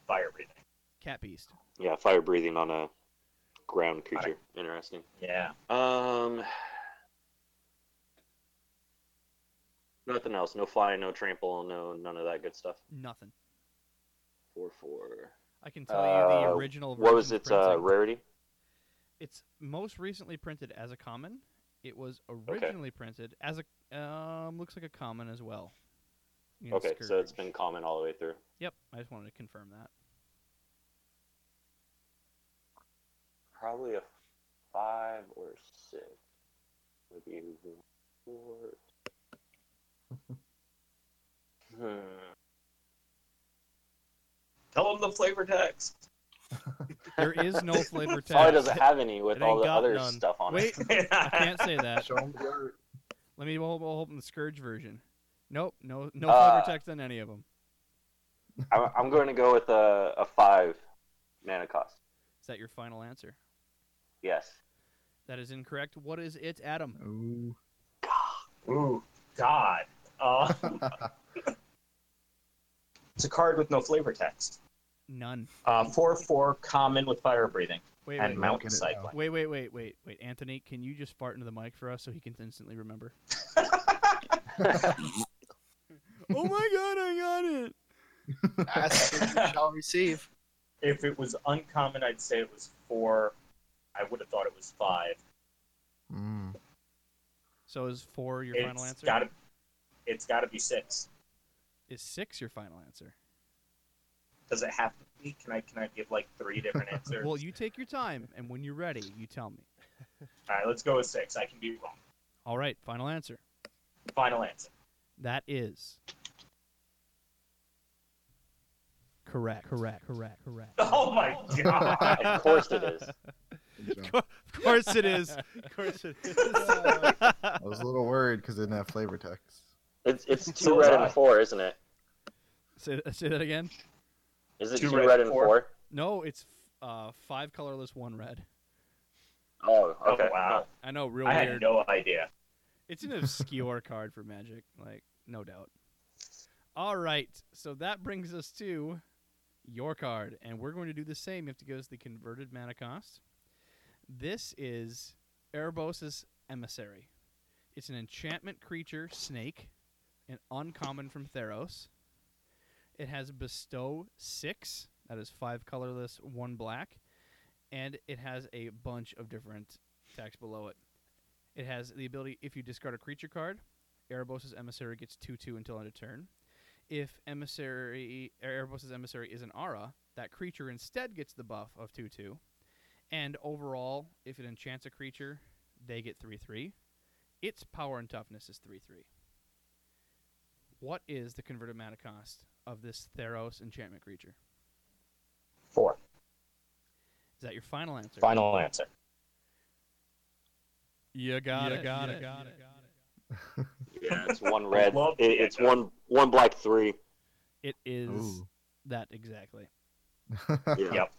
S4: Fire breathing.
S2: Cat Beast.
S6: Yeah, fire breathing on a ground creature. Interesting.
S4: Yeah.
S6: Um, nothing else. No flying. No trample. No none of that good stuff.
S2: Nothing.
S6: Four four.
S2: I can tell you the
S6: Uh,
S2: original.
S6: What was
S2: version
S6: its uh,
S2: printing.
S6: rarity?
S2: It's most recently printed as a common. It was originally printed as a um, looks like a common as well. in
S6: Okay, so it's
S2: Scourge.
S6: been common all the way through.
S2: Yep, I just wanted to confirm that.
S6: Probably a five or six. Maybe four. Hmm.
S4: Tell them the flavor text.
S2: There is no flavor
S6: Probably
S2: text.
S6: doesn't have any with
S2: It
S6: all
S2: ain't
S6: the
S2: got
S6: other
S2: none.
S6: stuff on
S2: Wait,
S6: it.
S2: I can't say that.
S7: Show 'em the art.
S2: Let me we'll, we'll open the Scourge version. Nope, no, no
S6: Uh,
S2: flavor text on any of them.
S6: I, I'm going to go with a, a five mana cost.
S2: Is that your final answer?
S6: Yes.
S2: That is incorrect. What is it, Adam?
S7: Ooh.
S4: Ooh, God.
S2: Um,
S4: Uh, it's a card with no flavor text.
S2: None.
S4: Uh, four four common with fire breathing
S2: Wait,
S4: and
S2: wait,
S7: Mount-
S4: mountain
S7: Look at it
S4: cycling.
S2: wait, wait, wait, wait, wait. Anthony, can you just fart into the mic for us so he can instantly remember? oh my god, I got it.
S5: Ask and you shall receive.
S4: If it was uncommon, I'd say it was four. I would have thought it was five.
S7: Mm.
S2: So is four your final
S4: It's
S2: answer?
S4: got to. It's got to be six.
S2: Is six your final answer?
S4: Does it have to be? Can I? Can I give like three different answers?
S2: Well, you take your time, and when you're ready, you tell me.
S4: All right, let's go with six. I can be wrong.
S2: All right, final answer.
S4: Final answer.
S2: That is correct. Correct. Correct. Correct.
S4: Oh my God.
S6: of course it is.
S7: Good job.
S2: of course it is. Of course it is.
S7: I was a little worried because it didn't have flavor text.
S6: It's, it's
S4: So
S6: two red
S4: high.
S6: and four, isn't it?
S2: say, say that again.
S6: Is it
S4: Two
S6: two,
S4: red
S6: red,
S4: and
S6: and
S4: four?
S6: four?
S2: No, it's uh, five colorless, one red.
S6: Oh,
S4: Oh,
S6: okay.
S4: wow.
S2: I know, real
S4: I had
S2: weird.
S4: no idea.
S2: It's an obscure card for Magic, like no doubt. All right, so that brings us to your card, and we're going to do the same. You have to give us the converted mana cost. This is Erebos' Emissary. It's an enchantment creature, snake, an uncommon from Theros. It has bestow six. That is five colorless, one black, and it has a bunch of different attacks below it. It has the ability if you discard a creature card, Erebos' emissary gets two two until end of turn. If emissary Erebos' emissary is an aura, that creature instead gets the buff of two two. And overall, if it enchants a creature, they get three three. Its power and toughness is three three. What is the converted mana cost of this Theros enchantment creature?
S4: Four.
S2: Is that your final answer?
S4: Final answer.
S2: You got it. Got it.
S6: Yeah, it's one red.
S4: love
S6: It,
S4: the
S6: it's
S4: echo.
S6: one one black three.
S2: It is
S7: Ooh.
S2: that exactly.
S6: Yeah.
S4: Yep.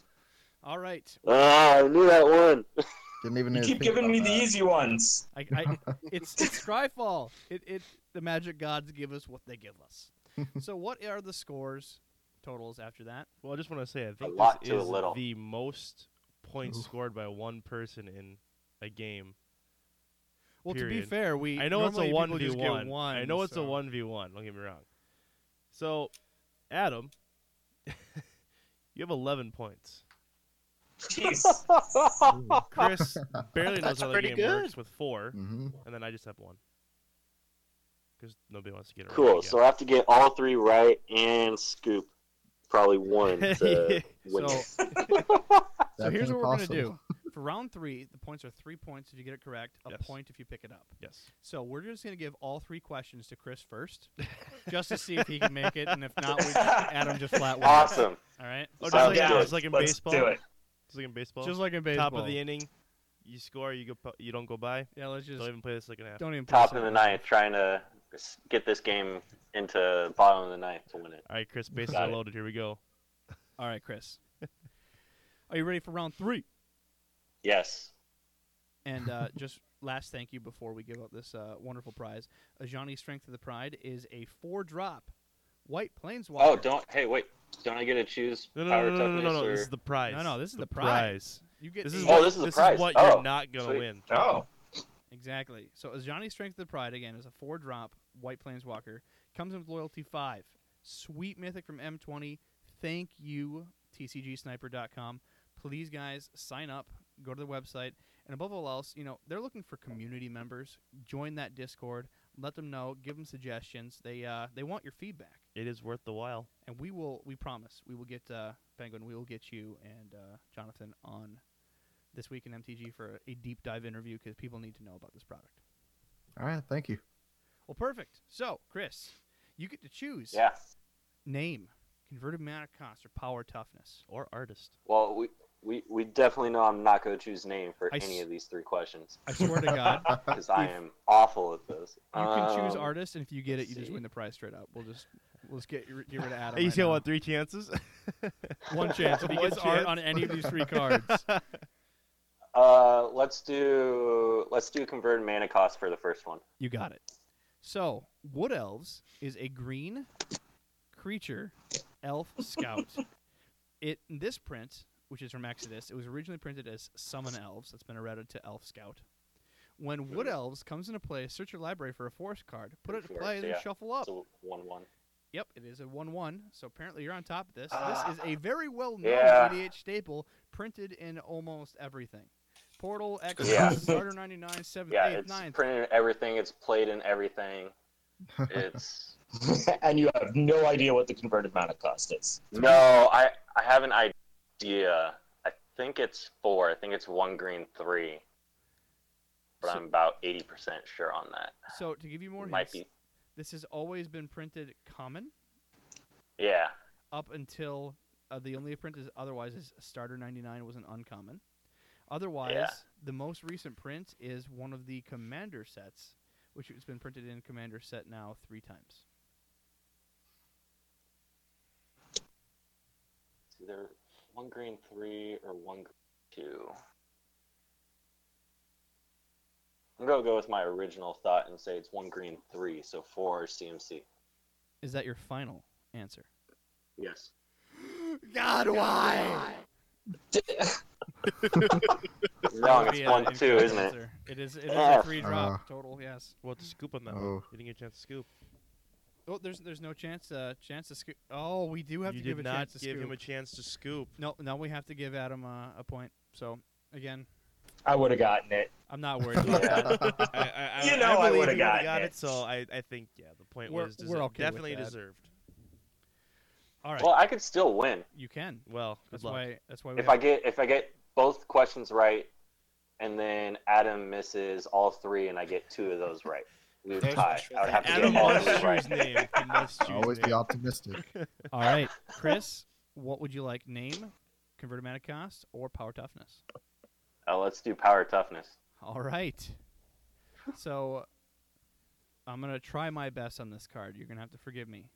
S2: All right.
S6: Ah, I knew that one.
S7: Didn't even
S4: You
S7: need to
S4: keep
S7: think
S4: giving
S7: about
S4: me the
S7: that.
S4: easy ones.
S2: I, I, it's, it's Scryfall. It, it, the magic gods give us what they give us. so, what are the scores totals after that?
S3: Well, I just want to say I think
S6: lot
S3: this
S6: to a
S3: is
S6: little.
S3: the most points
S7: Oof.
S3: scored by one person in a game.
S2: Well, to be
S3: Period.
S2: fair, we
S3: I know it's a
S2: normally
S3: one
S2: people
S3: v
S2: just get
S3: one.
S2: one.
S3: I know it's
S2: so-
S3: a one v one. Don't get me wrong. So, Adam, you have eleven points.
S4: Jeez.
S3: Chris barely knows
S5: That's
S3: how the
S5: pretty
S3: game
S5: good.
S3: works with four,
S7: Mhm.
S3: and then I just have one. Because nobody wants to get it. right
S6: Cool.
S3: yet.
S6: So I have to get all three right and scoop probably one to win.
S2: So, So here's
S7: been
S2: what we're going to
S7: possible.
S2: do. For round three, the points are three points if you get it correct, a
S3: Yes.
S2: point if you pick it up.
S3: Yes.
S2: So we're just going to give all three questions to Chris first, just to see if he can make it, and if not, we Adam just flat wins.
S6: Awesome.
S2: All right.
S3: Oh, just,
S6: Sounds
S3: like,
S6: good.
S3: just like in
S4: Let's
S3: baseball.
S4: do it.
S3: Just like in baseball.
S2: Just like in baseball.
S3: Top of the inning, you score. You go. po- You don't go by.
S2: Yeah, let's just
S3: Don't even play the second half.
S2: don't even.
S6: Top
S2: push
S6: of
S2: it.
S6: the ninth, trying to s- get this game into bottom of the ninth to win it.
S3: All right, Chris. Bases
S6: Got
S3: are
S6: it.
S3: loaded. Here we go.
S2: All right, Chris. Are you ready for round three?
S6: Yes.
S2: And uh, just last thank you before we give out this uh, wonderful prize. Ajani's Strength of the Pride is a four drop white planeswalker.
S6: Oh, don't. Hey, wait. Don't I get to choose
S3: No, no,
S6: power
S3: no, no, no, no,
S6: toughness?
S3: no,
S6: or-
S3: This is the prize.
S2: No, no, this is the prize. You get
S3: This is
S2: eight.
S6: Oh,
S3: what,
S6: this is the
S3: this
S6: prize.
S3: is what
S6: Oh,
S3: you're not gonna
S6: sweet.
S3: win.
S4: Oh,
S2: Exactly. So Ajani's Strength of the Pride again is a four drop white planeswalker. Comes in with loyalty five. Sweet mythic from M20. Thank you, TCGSniper.com. Please, guys, sign up. Go to the website, and above all else, you know they're looking for community members. Join that Discord. Let them know. Give them suggestions. They uh, they want your feedback.
S3: It is worth the while.
S2: and we will we promise we will get uh, penguin we will get you and uh, jonathan on this week in mtg for a deep dive interview because people need to know about this product
S7: All right, thank you.
S2: well perfect so chris you get to choose
S6: Yeah.
S2: name converted mana cost or power toughness
S3: Or artist.
S6: Well, we. We, we definitely know I'm not going to choose name for
S2: I
S6: any
S2: s-
S6: of these three questions
S2: i swear to god you
S6: because I am awful at this.
S2: can choose
S6: Um,
S2: artist and if you get it
S6: let's
S2: you just
S6: see.
S2: win the prize straight up we'll just we'll just get, rid- get rid of adam
S3: Hey, you
S2: right
S3: see
S2: now.
S3: what? Three chances.
S2: one chance if he
S3: One
S2: gets art
S3: chance.
S2: on any of these three cards
S6: Uh, let's do let's do converted mana cost for the first one.
S2: You got it. So, Wood Elves is a green creature elf scout. It in this print, which is from Exodus, it was originally printed as Summon Elves. That's been eroded to Elf Scout. When Wood Elves comes into play, search your library for a forest card, put it to
S6: Sure,
S2: play,
S6: so
S2: then
S6: yeah.
S2: shuffle up.
S6: So one one.
S2: Yep, it is a 1 1. So apparently you're on top of this.
S6: Ah.
S2: this is a very well known
S6: Yeah.
S2: EDH staple printed in almost everything Portal, X,
S6: Yeah.
S2: Starter 99, 7th,
S6: Yeah,
S2: 8th,
S6: it's
S2: 9th.
S6: printed in everything. It's played in everything. It's
S4: and you have no idea what the converted mana cost is.
S6: no, I I have an idea. I think it's four. I think it's one green three. But
S2: So-
S6: I'm about eighty percent sure on that.
S2: So to give you more
S6: Might
S2: hints,
S6: be.
S2: this has always been printed common
S6: Yeah.
S2: up until uh, the only print is otherwise is starter 99 was an uncommon otherwise the most recent print is one of the commander sets which has been printed in commander set now three times
S6: It's either one green three or one green two. I'm gonna go with my original thought and say it's one green three, so four CMC.
S2: is that your final answer
S6: Yes.
S2: god why
S6: Wrong, it's one two, isn't it?
S2: it is it is a
S6: Ah.
S2: three
S3: Uh.
S2: drop total yes
S3: We'll have to scoop on that one.
S7: Oh.
S3: You didn't get a chance to scoop.
S2: oh there's there's no chance uh chance to scoop oh we do have
S3: you
S2: to give
S3: did
S2: a
S3: not
S2: chance to
S3: give
S2: scoop
S3: him a chance to scoop.
S2: no no we have to give adam uh, a point so again
S4: I would have gotten it.
S2: i'm not worried about that
S6: Yeah.
S3: I, I, I,
S4: You know I
S3: believe he
S4: would've
S3: would've
S4: gotten
S3: got
S4: it.
S3: it. So I, I think yeah, the point
S2: We're-
S3: was
S2: we're
S3: deser-
S2: okay with
S3: definitely
S2: that.
S3: deserved.
S2: all right
S6: Well, I could still win
S2: you can
S3: Well, good
S2: That's
S3: luck.
S2: why. That's why we.
S6: if
S2: have-
S6: I get if I get both questions right, and then Adam misses all three, and I get two of those right. We would
S5: There's my
S6: tie.
S5: shot.
S6: I would have to
S3: Adam
S6: get all
S3: must
S6: three right.
S3: choose name. He must choose
S7: Always be
S3: name.
S7: optimistic.
S2: All right, Chris. What would you like? Name, converted mana cost, or power toughness?
S6: Uh, let's do power toughness.
S2: All right. So, I'm gonna try my best on this card. You're gonna have to forgive me.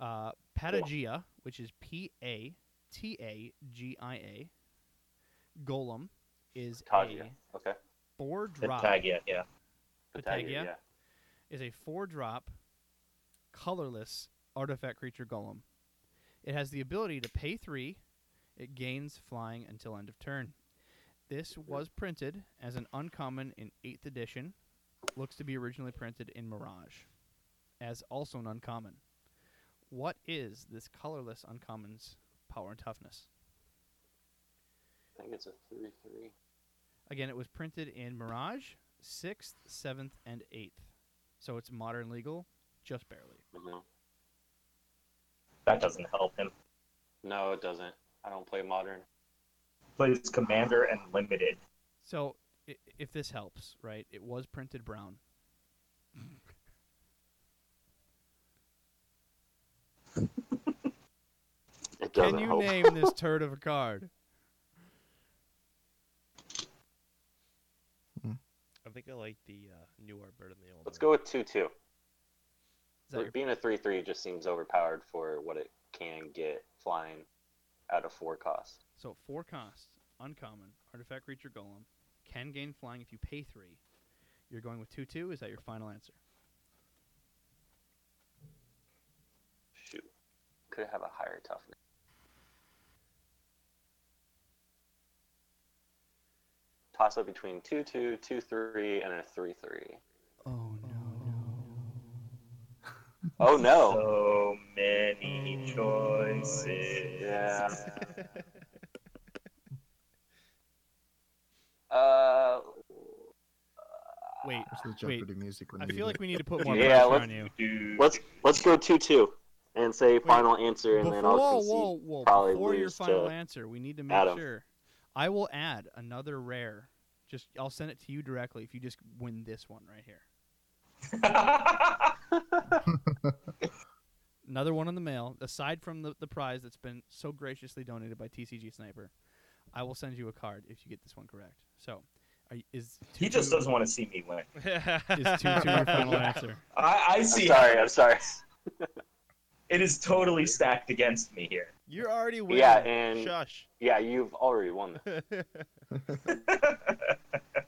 S2: Uh, Patagia, which is P A T A G I A. Golem is
S6: Tagia.
S2: a
S6: Okay.
S2: four
S4: The
S2: drop.
S4: tag yet, yeah.
S2: Patagia.
S6: Yeah.
S2: is a four drop colorless artifact creature golem. It has the ability to pay three. It gains flying until end of turn. This was printed as an uncommon in 8th edition. Looks to be originally printed in Mirage as also an uncommon. What is this colorless uncommon's power and toughness?
S6: I think it's a three three.
S2: Again, it was printed in Mirage, 6th, 7th, and 8th. So it's modern legal, just barely.
S6: Mhm.
S4: That doesn't help him.
S6: No, it doesn't. I don't play modern.
S4: plays Commander and Limited.
S2: So, i- if this helps, right? It was printed brown.
S6: It
S2: Can
S6: doesn't
S2: you
S6: help.
S2: name this turd of a card?
S3: I think I like the uh, new art better than the old.
S6: Let's
S3: one.
S6: go with two two.
S2: Is that your-
S6: Being a three three just seems overpowered for what it can get flying out of four costs.
S2: So four costs, uncommon, artifact creature golem, can gain flying if you pay three. You're going with two two. Is that your final answer?
S6: Shoot, could have a higher toughness. Toss up between two two, two three, and a three three.
S2: Oh no!
S6: Oh no!
S4: So many choices.
S6: Yeah. uh,
S2: Wait,
S7: That's the
S2: Wait,
S7: Jeopardy music when
S2: I
S7: we
S2: feel
S7: do
S2: like
S7: it.
S2: we need to put more pressure
S6: Yeah, let's-
S2: on you.
S4: Do-
S6: let's let's go two two, and say final answer, and
S2: Before,
S6: then I'll
S2: whoa,
S6: concede.
S2: whoa, whoa!
S6: probably
S2: Before your
S6: lose
S2: final
S6: to
S2: answer, we need to make
S6: Adam.
S2: sure. I will add another rare. Just I'll send it to you directly if you just win this one right here. another one in the mail. Aside from the, the prize that's been so graciously donated by TCG Sniper, I will send you a card if you get this one correct. So, are, y- is two
S4: he just
S2: two-
S4: doesn't want to see me win.
S2: is two two your final answer?
S4: I, I
S6: I'm
S4: see.
S6: sorry. I'm sorry.
S4: It is totally stacked against me here.
S3: You're already winning.
S6: Yeah, and
S3: shush.
S6: yeah, you've already won.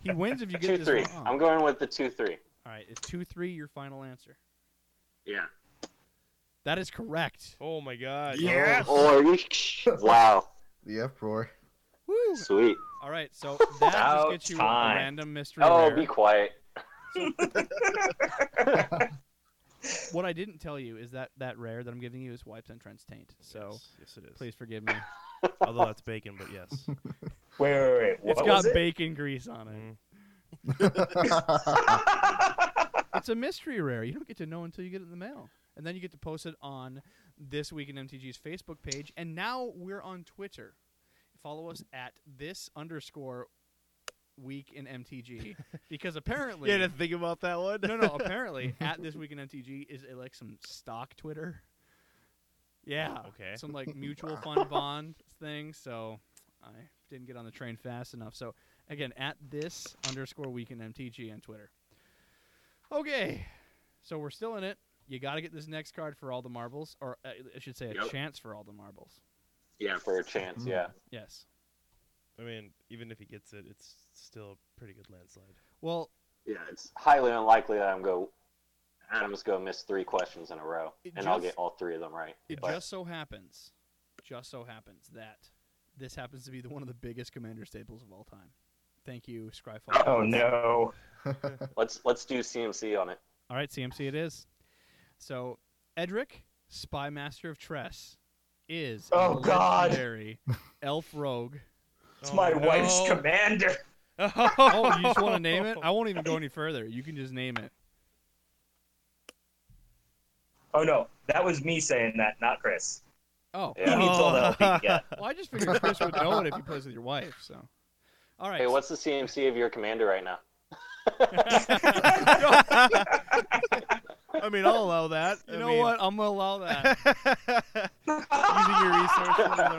S2: He wins if you get
S6: Two
S2: this
S6: three.
S2: one. wrong.
S6: I'm going with the two three.
S2: All right, is two three your final answer?
S6: Yeah.
S2: That is correct.
S3: Oh my god.
S5: Yes.
S6: Oh, are you? Wow.
S7: the uproar.
S2: Woo!
S6: Sweet.
S2: All right, so that just
S4: About
S2: gets you a
S4: time.
S2: random mystery
S6: Oh,
S2: rare.
S6: be quiet.
S2: What I didn't tell you is that that rare that I'm giving you is Wipes and Trent's Taint. So
S3: Yes, yes, it is.
S2: please forgive me.
S3: Although that's bacon, but yes.
S4: Wait, wait, wait. What
S2: it's got
S4: was it?
S2: bacon grease on it.
S3: Mm.
S2: It's a mystery rare. You don't get to know until you get it in the mail. And then you get to post it on This Week in MTG's Facebook page. And now we're on Twitter. Follow us at this underscore week in MTG. Because apparently.
S3: Yeah, to think about that one.
S2: no, no, apparently at This Week in MTG is uh, like some stock Twitter. Yeah.
S3: Okay.
S2: Some like mutual fund bond thing. So I didn't get on the train fast enough. So again, at this underscore week in MTG on Twitter. Okay. So we're still in it. You got to get this next card for all the marbles, or uh, I should say a
S6: Yep.
S2: chance for all the marbles.
S6: Yeah, for a chance.
S2: Mm-hmm.
S6: Yeah.
S2: Yes.
S3: I mean, even if he gets it, it's still a pretty good landslide.
S2: Well,
S6: Yeah, it's Ah. highly unlikely that I'm go. Adam's gonna miss three questions in a row,
S2: It
S6: and I'll
S2: just-
S6: get all three of them right.
S2: It
S6: But
S2: just so happens, just so happens that this happens to be the, one of the biggest commander staples of all time. Thank you, Scryfall.
S4: Oh no.
S6: let's let's do CMC on it.
S2: All right, CMC, it is. So, Edric, Spy Master of Tress, is a
S4: Oh, God.
S2: legendary elf rogue.
S4: It's my wife's commander.
S2: Oh, you just want to name it? I won't even go any further. You can just name it.
S4: Oh no, that was me saying that, not Chris.
S2: Oh,
S4: He
S6: Yeah.
S4: needs all the help he can get.
S2: well, I just figured Chris would know it if he plays with your wife. So, all right.
S6: Hey, what's the CMC of your commander right now?
S3: I mean, I'll allow that.
S2: you
S3: I
S2: know
S3: mean-
S2: what? I'm gonna allow that.
S3: Using your resources when they're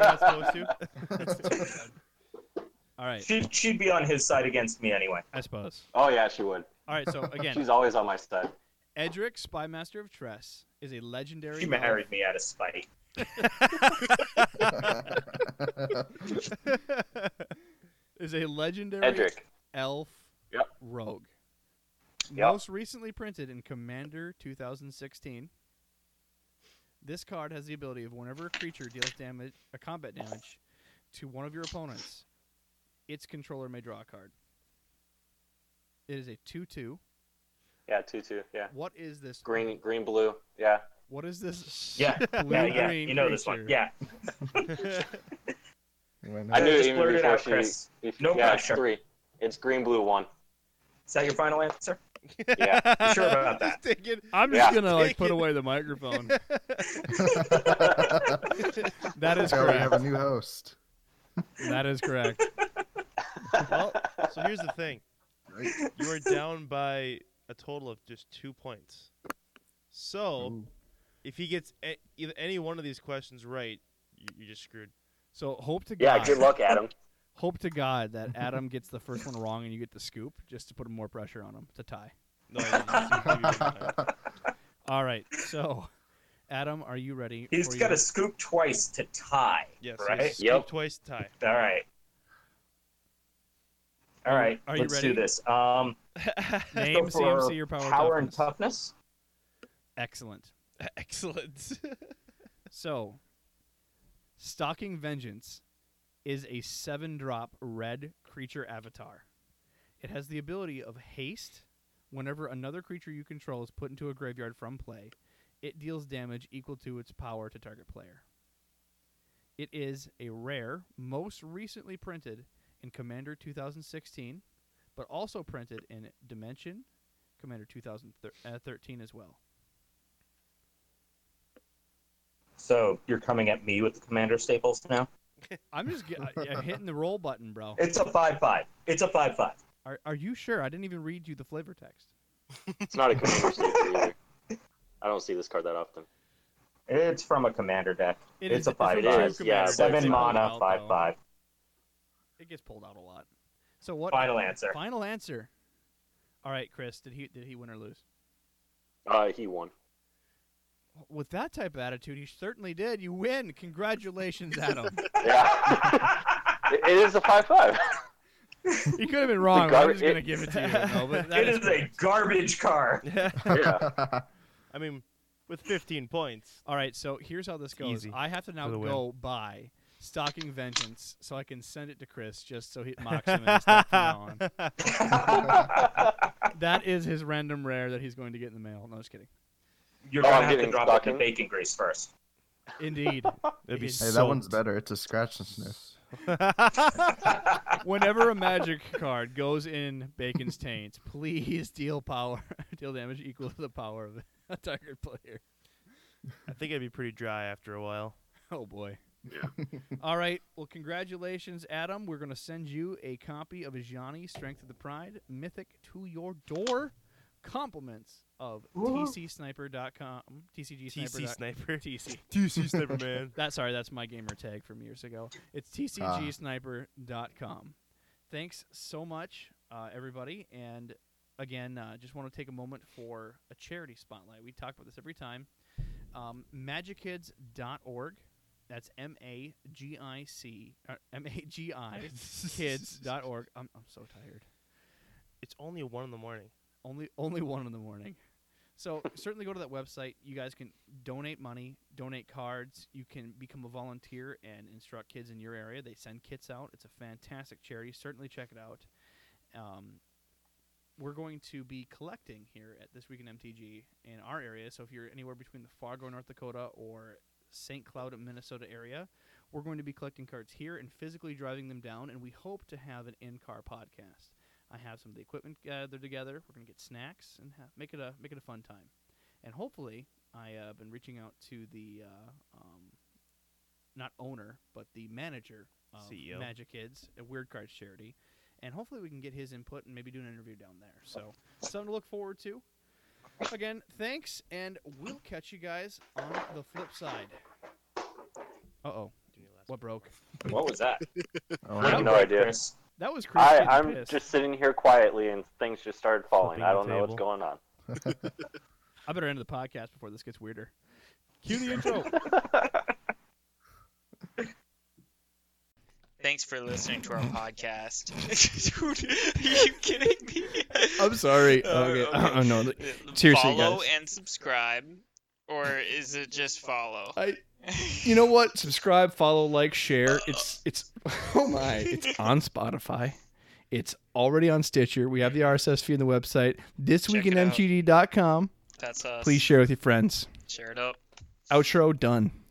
S3: not supposed to.
S2: All right,
S4: She, she'd be on his side against me anyway.
S2: I suppose.
S6: Oh yeah, she would.
S2: All right, so again,
S6: She's always on my side.
S2: Edric, Spymaster of Tress, is a legendary.
S4: She
S2: elf-
S4: married me out of spite.
S2: Is a legendary
S6: Edric.
S2: elf
S6: Yep.
S2: rogue.
S6: Yep.
S2: Most recently printed in Commander 2016. This card has the ability of whenever a creature deals damage, a combat damage, to one of your opponents, its controller may draw a card. It is a two-two.
S6: Yeah, two two. Yeah.
S2: What is this?
S6: Green green blue. Yeah.
S2: What is this?
S4: Yeah,
S2: blue
S4: yeah, yeah.
S2: green
S4: You know this one.
S2: creature?
S4: Yeah.
S7: Went,
S6: I
S4: Yeah,
S6: knew it
S4: just
S6: even
S4: blurt it
S6: before
S4: out,
S6: she.
S4: Chris.
S6: bef-
S4: No
S6: yeah, it's
S4: pressure.
S6: three. It's green blue one.
S4: Is that your final answer?
S6: Yeah.
S4: You sure about that?
S2: I'm just
S6: Yeah.
S2: gonna like put away the microphone. that is
S7: Oh, we have
S2: correct.
S7: a new host.
S2: That is correct.
S3: Well, so here's the thing.
S7: Right.
S3: You are down by a total of just two points. So
S7: Ooh.
S3: if he gets a- either any one of these questions right, you- you're just screwed.
S2: So hope to
S6: Yeah,
S2: God,
S6: good luck, Adam.
S2: hope to God that Adam gets the first one wrong and you get the scoop, just to put more pressure on him to tie.
S3: No, you- you- you- you-
S2: All right, so Adam, are you ready?
S4: He's
S2: for
S4: got
S2: your-
S4: to scoop twice to tie.
S3: yeah, so
S4: right?
S3: scoop
S6: Yep.
S3: twice tie.
S4: All right. All right.
S2: Are you
S4: let's
S2: ready?
S4: do this. Um, let's go
S2: name
S4: for
S2: CMC your power,
S4: power and
S2: toughness.
S4: toughness.
S2: Excellent.
S3: Excellent.
S2: So, Stalking Vengeance is a seven drop red creature avatar. It has the ability of haste. Whenever another creature you control is put into a graveyard from play, it deals damage equal to its power to target player. It is a rare, most recently printed in Commander 2016, but also printed in Dimension Commander 2013 uh, as well.
S4: So you're coming at me with the commander staples now.
S2: I'm just get, I, am hitting the roll button, bro.
S4: It's a five-five. It's a five-five.
S2: Are, are you sure? I didn't even read you the flavor text.
S6: It's not a commander staple either. I don't see this card that often.
S4: It's from a commander deck.
S2: It
S4: it's
S2: is-
S4: a
S2: it's from
S4: five-five.
S6: It
S2: Commander,
S6: is, yeah,
S2: but it's
S4: Seven
S2: pulled
S4: mana,
S2: out, though.
S4: five-five.
S2: It gets pulled out a lot. So what?
S4: Final answer.
S2: Final answer. All right, Chris. Did he did he win or lose?
S6: Uh, he won.
S2: With that type of attitude, he certainly did. You win. Congratulations, Adam.
S6: Yeah. it, it is a five-five.
S2: he could have been wrong.
S6: gar-
S2: I'm just gonna
S6: it-
S2: give it to you. though, but that
S4: It is a
S2: correct.
S4: garbage car.
S6: Yeah.
S3: I mean, with 15 points.
S2: All right. So here's how this
S3: It's
S2: goes.
S3: easy
S2: I have to now
S3: for the win.
S2: go buy Stalking Vengeance so I can send it to Chris just so he mocks him and stuff from now on.
S6: Oh,
S2: that is his random rare that he's going to get in the mail. No, just kidding.
S4: You're
S6: Oh, I'm
S4: gonna have to
S6: getting
S4: drop it in
S6: stocking.
S4: bacon grease first.
S2: Indeed.
S3: It'd be
S2: Hey,
S7: Hey, that
S3: soaked.
S7: one's better. It's a scratch and sniff.
S2: Whenever a magic card goes in Bacon's taint, please deal power, deal damage equal to the power of a target player.
S3: I think I'd be pretty dry after a while.
S2: Oh boy. All right. Well, congratulations, Adam. We're gonna send you a copy of Ajani, Strength of the Pride, Mythic to your door. Compliments of tcsniper.com,
S3: TC
S2: tcgsniper.com,
S3: sniper.
S2: tc.
S3: TC sniper man.
S2: That sorry, that's my gamer tag from years ago. It's tcgsniper.com. Thanks so much, uh, everybody. And again, uh, just want to take a moment for a charity spotlight. We talk about this every time. Um, MagicKids.org. That's M A G I C uh, M A G I kids.org. I'm I'm so tired.
S3: It's only one in the morning.
S2: Only only one in the morning. So certainly go to that website. You guys can donate money, donate cards. You can become a volunteer and instruct kids in your area. They send kits out. It's a fantastic charity. Certainly check it out. Um, we're going to be collecting here at this week in MTG in our area. So if you're anywhere between the Fargo, North Dakota, or St. Cloud, Minnesota area, we're going to be collecting cards here and physically driving them down. And we hope to have an in-car podcast. I have some of the equipment gathered together. We're gonna get snacks and ha- make it a make it a fun time, and hopefully, I have uh, been reaching out to the uh, um, not owner but the manager of
S3: CEO.
S2: Magic Kids, a Weird Cards charity, and hopefully we can get his input and maybe do an interview down there. So something to look forward to. Again, thanks, and we'll catch you guys on the flip side. Uh oh, what broke?
S4: What was that?
S7: Oh,
S6: I have
S4: Good
S6: no
S4: break,
S6: idea.
S4: Chris.
S2: That was Chris.
S6: I,
S2: getting
S6: I'm
S2: pissed.
S6: just sitting here quietly, and things just started falling.
S3: Flipping
S6: I
S3: the
S6: don't know what's
S3: table.
S6: going on.
S2: I better end the podcast before this gets weirder. Cue the intro.
S8: Thanks for listening to our podcast. Dude, are you kidding me?
S9: I'm sorry.
S8: Uh,
S9: okay.
S8: okay.
S9: I don't know. Seriously,
S8: Seriously, follow
S9: guys.
S8: and subscribe, or is it just follow?
S9: I. You know what? Subscribe, follow, like, share. It's it's. Oh my! It's on Spotify. It's already on Stitcher. We have the RSS feed on the website. This week
S8: Check
S9: in
S8: it out.
S9: MTD.com.
S8: That's us.
S9: Please share with your friends.
S8: share it up.
S9: Outro done.